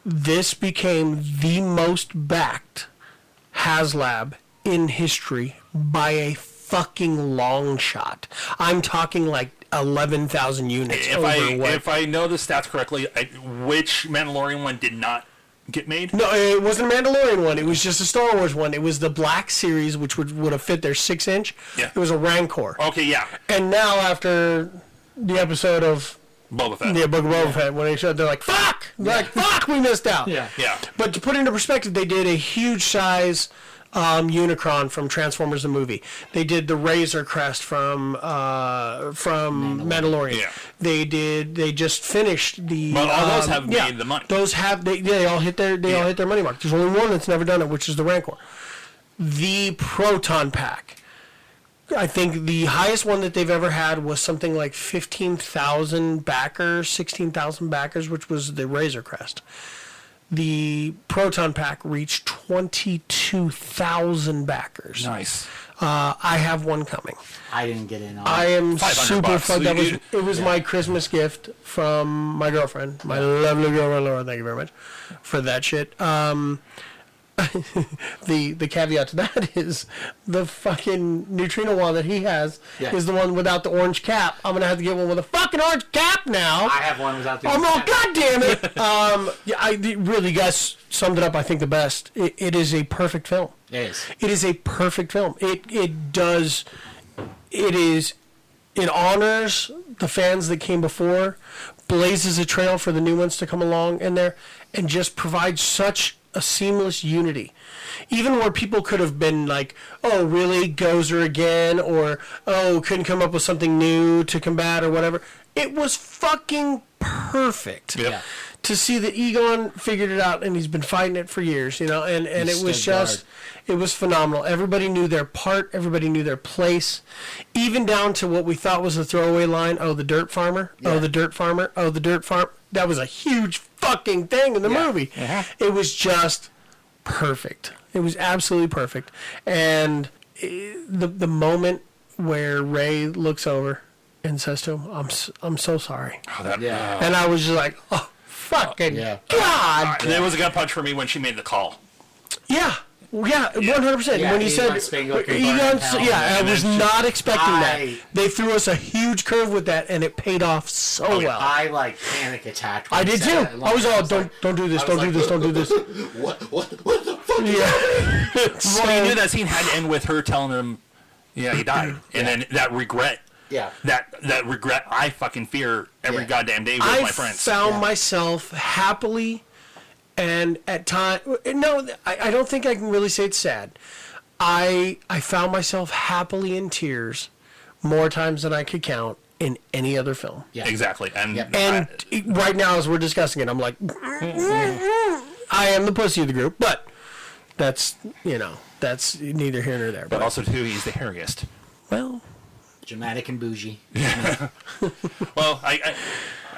This became the most backed HasLab in history by a fucking long shot. I'm talking like eleven thousand units if over I what. if I know the stats correctly, I, which Mandalorian one did not get made? no, it wasn't a Mandalorian one. It was just a Star Wars one. It was the Black Series, which would would have fit their six inch. Yeah. Oh. It was a Rancor. Okay, yeah, And now after the episode of Boba Fett. Yeah, Book of Boba Fett. When they showed, they're like, "Fuck!" They're Like, "Fuck!" We missed out. Yeah. Yeah. But to put into perspective, they did a huge size um, Unicron from Transformers the movie. They did the Razor Crest from uh, from Mandalorian. Yeah. They did. They just finished the. But all those um, have yeah, made the money. Those have. They, they all hit their. They all Yeah. hit their money mark. There's only one that's never done it, which is the Rancor. The Proton Pack. I think the highest one that they've ever had was something like 15,000 backers, 16,000 backers, which was the Razor Crest. The Proton Pack reached 22,000 backers. Nice. Uh, I have one coming. I didn't get in on. I am 500 super bucks. fucked. That was, You- it was my Christmas gift from my girlfriend, my lovely girlfriend Laura. Thank you very much for that shit. Um, the the caveat to that is the fucking neutrino wand that he has Yeah. is the one without the orange cap. I'm gonna have to get one with a fucking orange cap now. I have one without the. I'm all goddamn it. um, yeah, I the- really guys summed it up. I think the best. It, it is a perfect film. It is. It is a perfect film. It it does it is it honors the fans that came before, blazes a trail for the new ones to come along in there, and just provides such a seamless unity. Even where people could have been like, oh, really, Gozer again, or oh, couldn't come up with something new to combat, or whatever. It was fucking perfect Yeah. to see that Egon figured it out and he's been fighting it for years, you know, and, and He it was stood just it was phenomenal. Everybody knew their part, everybody knew their place. Even down to what we thought was the throwaway line, oh the dirt farmer, oh the dirt farmer, oh the dirt farm that was a huge fucking thing in the movie. It was just perfect. It was absolutely perfect. And eh, the the moment where Ray looks over and says to him, "I'm s- I'm so sorry." Oh, that, Yeah. And I was just like, oh, fucking Yeah. god. Ah, And it was a gut punch for me when she made the call. Yeah. Yeah, one hundred percent. Yeah, When he Egon said, Spengler can burn Egon, in hell. yeah, I And was then she- not expecting I- that. They threw us a huge curve with that, and it paid off so well. I like panic attacked. when I he did said too. that. I was all, don't, don't do this, I don't was do this, don't do this. What? What? What the fuck? Yeah. Well, you knew that scene had to end with her telling him, "Yeah, he died," and then that regret, Yeah. that that regret, I fucking fear every Yeah. goddamn day with I my friends. found Yeah. myself happily, and at time, no, I, I don't think I can really say it's sad. I I found myself happily in tears more times than I could count in any other film. Yeah. exactly, and Yep. And I- t- right now, as we're discussing it, I'm like, I am the pussy of the group, but that's you know that's neither here nor there. but But also too, he's the hairiest. well, Dramatic and bougie. Well, I, I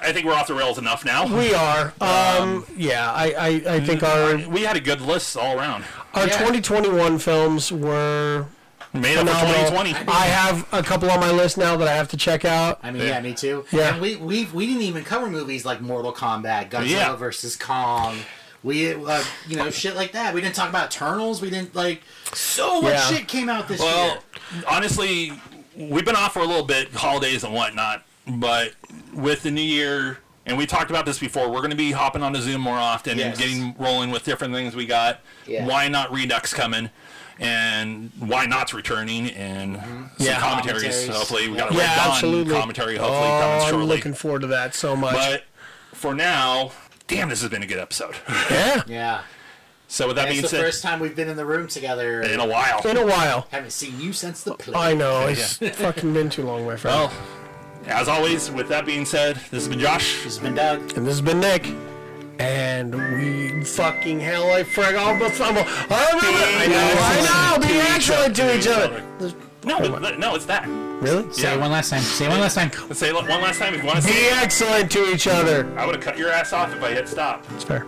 I think we're off the rails enough now. we are. Um, yeah, I, I, I think our We had a good list all around. our Yeah. 2021 films were Made up for phenomenal. 2020. I have a couple on my list now that I have to check out. I mean, yeah, Yeah. me too. Yeah. And we we we didn't even cover movies like Mortal Kombat, Godzilla Yeah. versus Kong. We uh, you know shit like that. We didn't talk about Eternals. We didn't like so much Yeah. shit came out this year. Well, honestly, we've been off for a little bit, holidays and whatnot, but with the new year, and we talked about this before, we're going to be hopping on to Zoom more often Yes. and getting rolling with different things we got. Yeah. Why not Redux coming? And why not's returning and some Mm-hmm. Yeah. commentaries. Commentaries. Hopefully, we Yeah. got a Yeah, Red Dawn absolutely. commentary. Hopefully, Oh, coming I'm shortly. looking forward to that so much. But for now, damn, this has been a good episode. yeah, yeah, so with that it's being the said, first time we've been in the room together. in a while. in a while. Haven't seen you since the play. I know it's fucking been too long, my friend. well, as always, with that being said, this has been Josh. This has been Doug. And this has been Nick. And we fucking hell, I frag all but I'm a, I know, I know, be excellent to each other. No, th- no, it's that. Really? Yeah. last time. Say it one last time. Let's say it one last time if you want to Be see. excellent to each other. I would have cut your ass off if I hit stop. It's fair.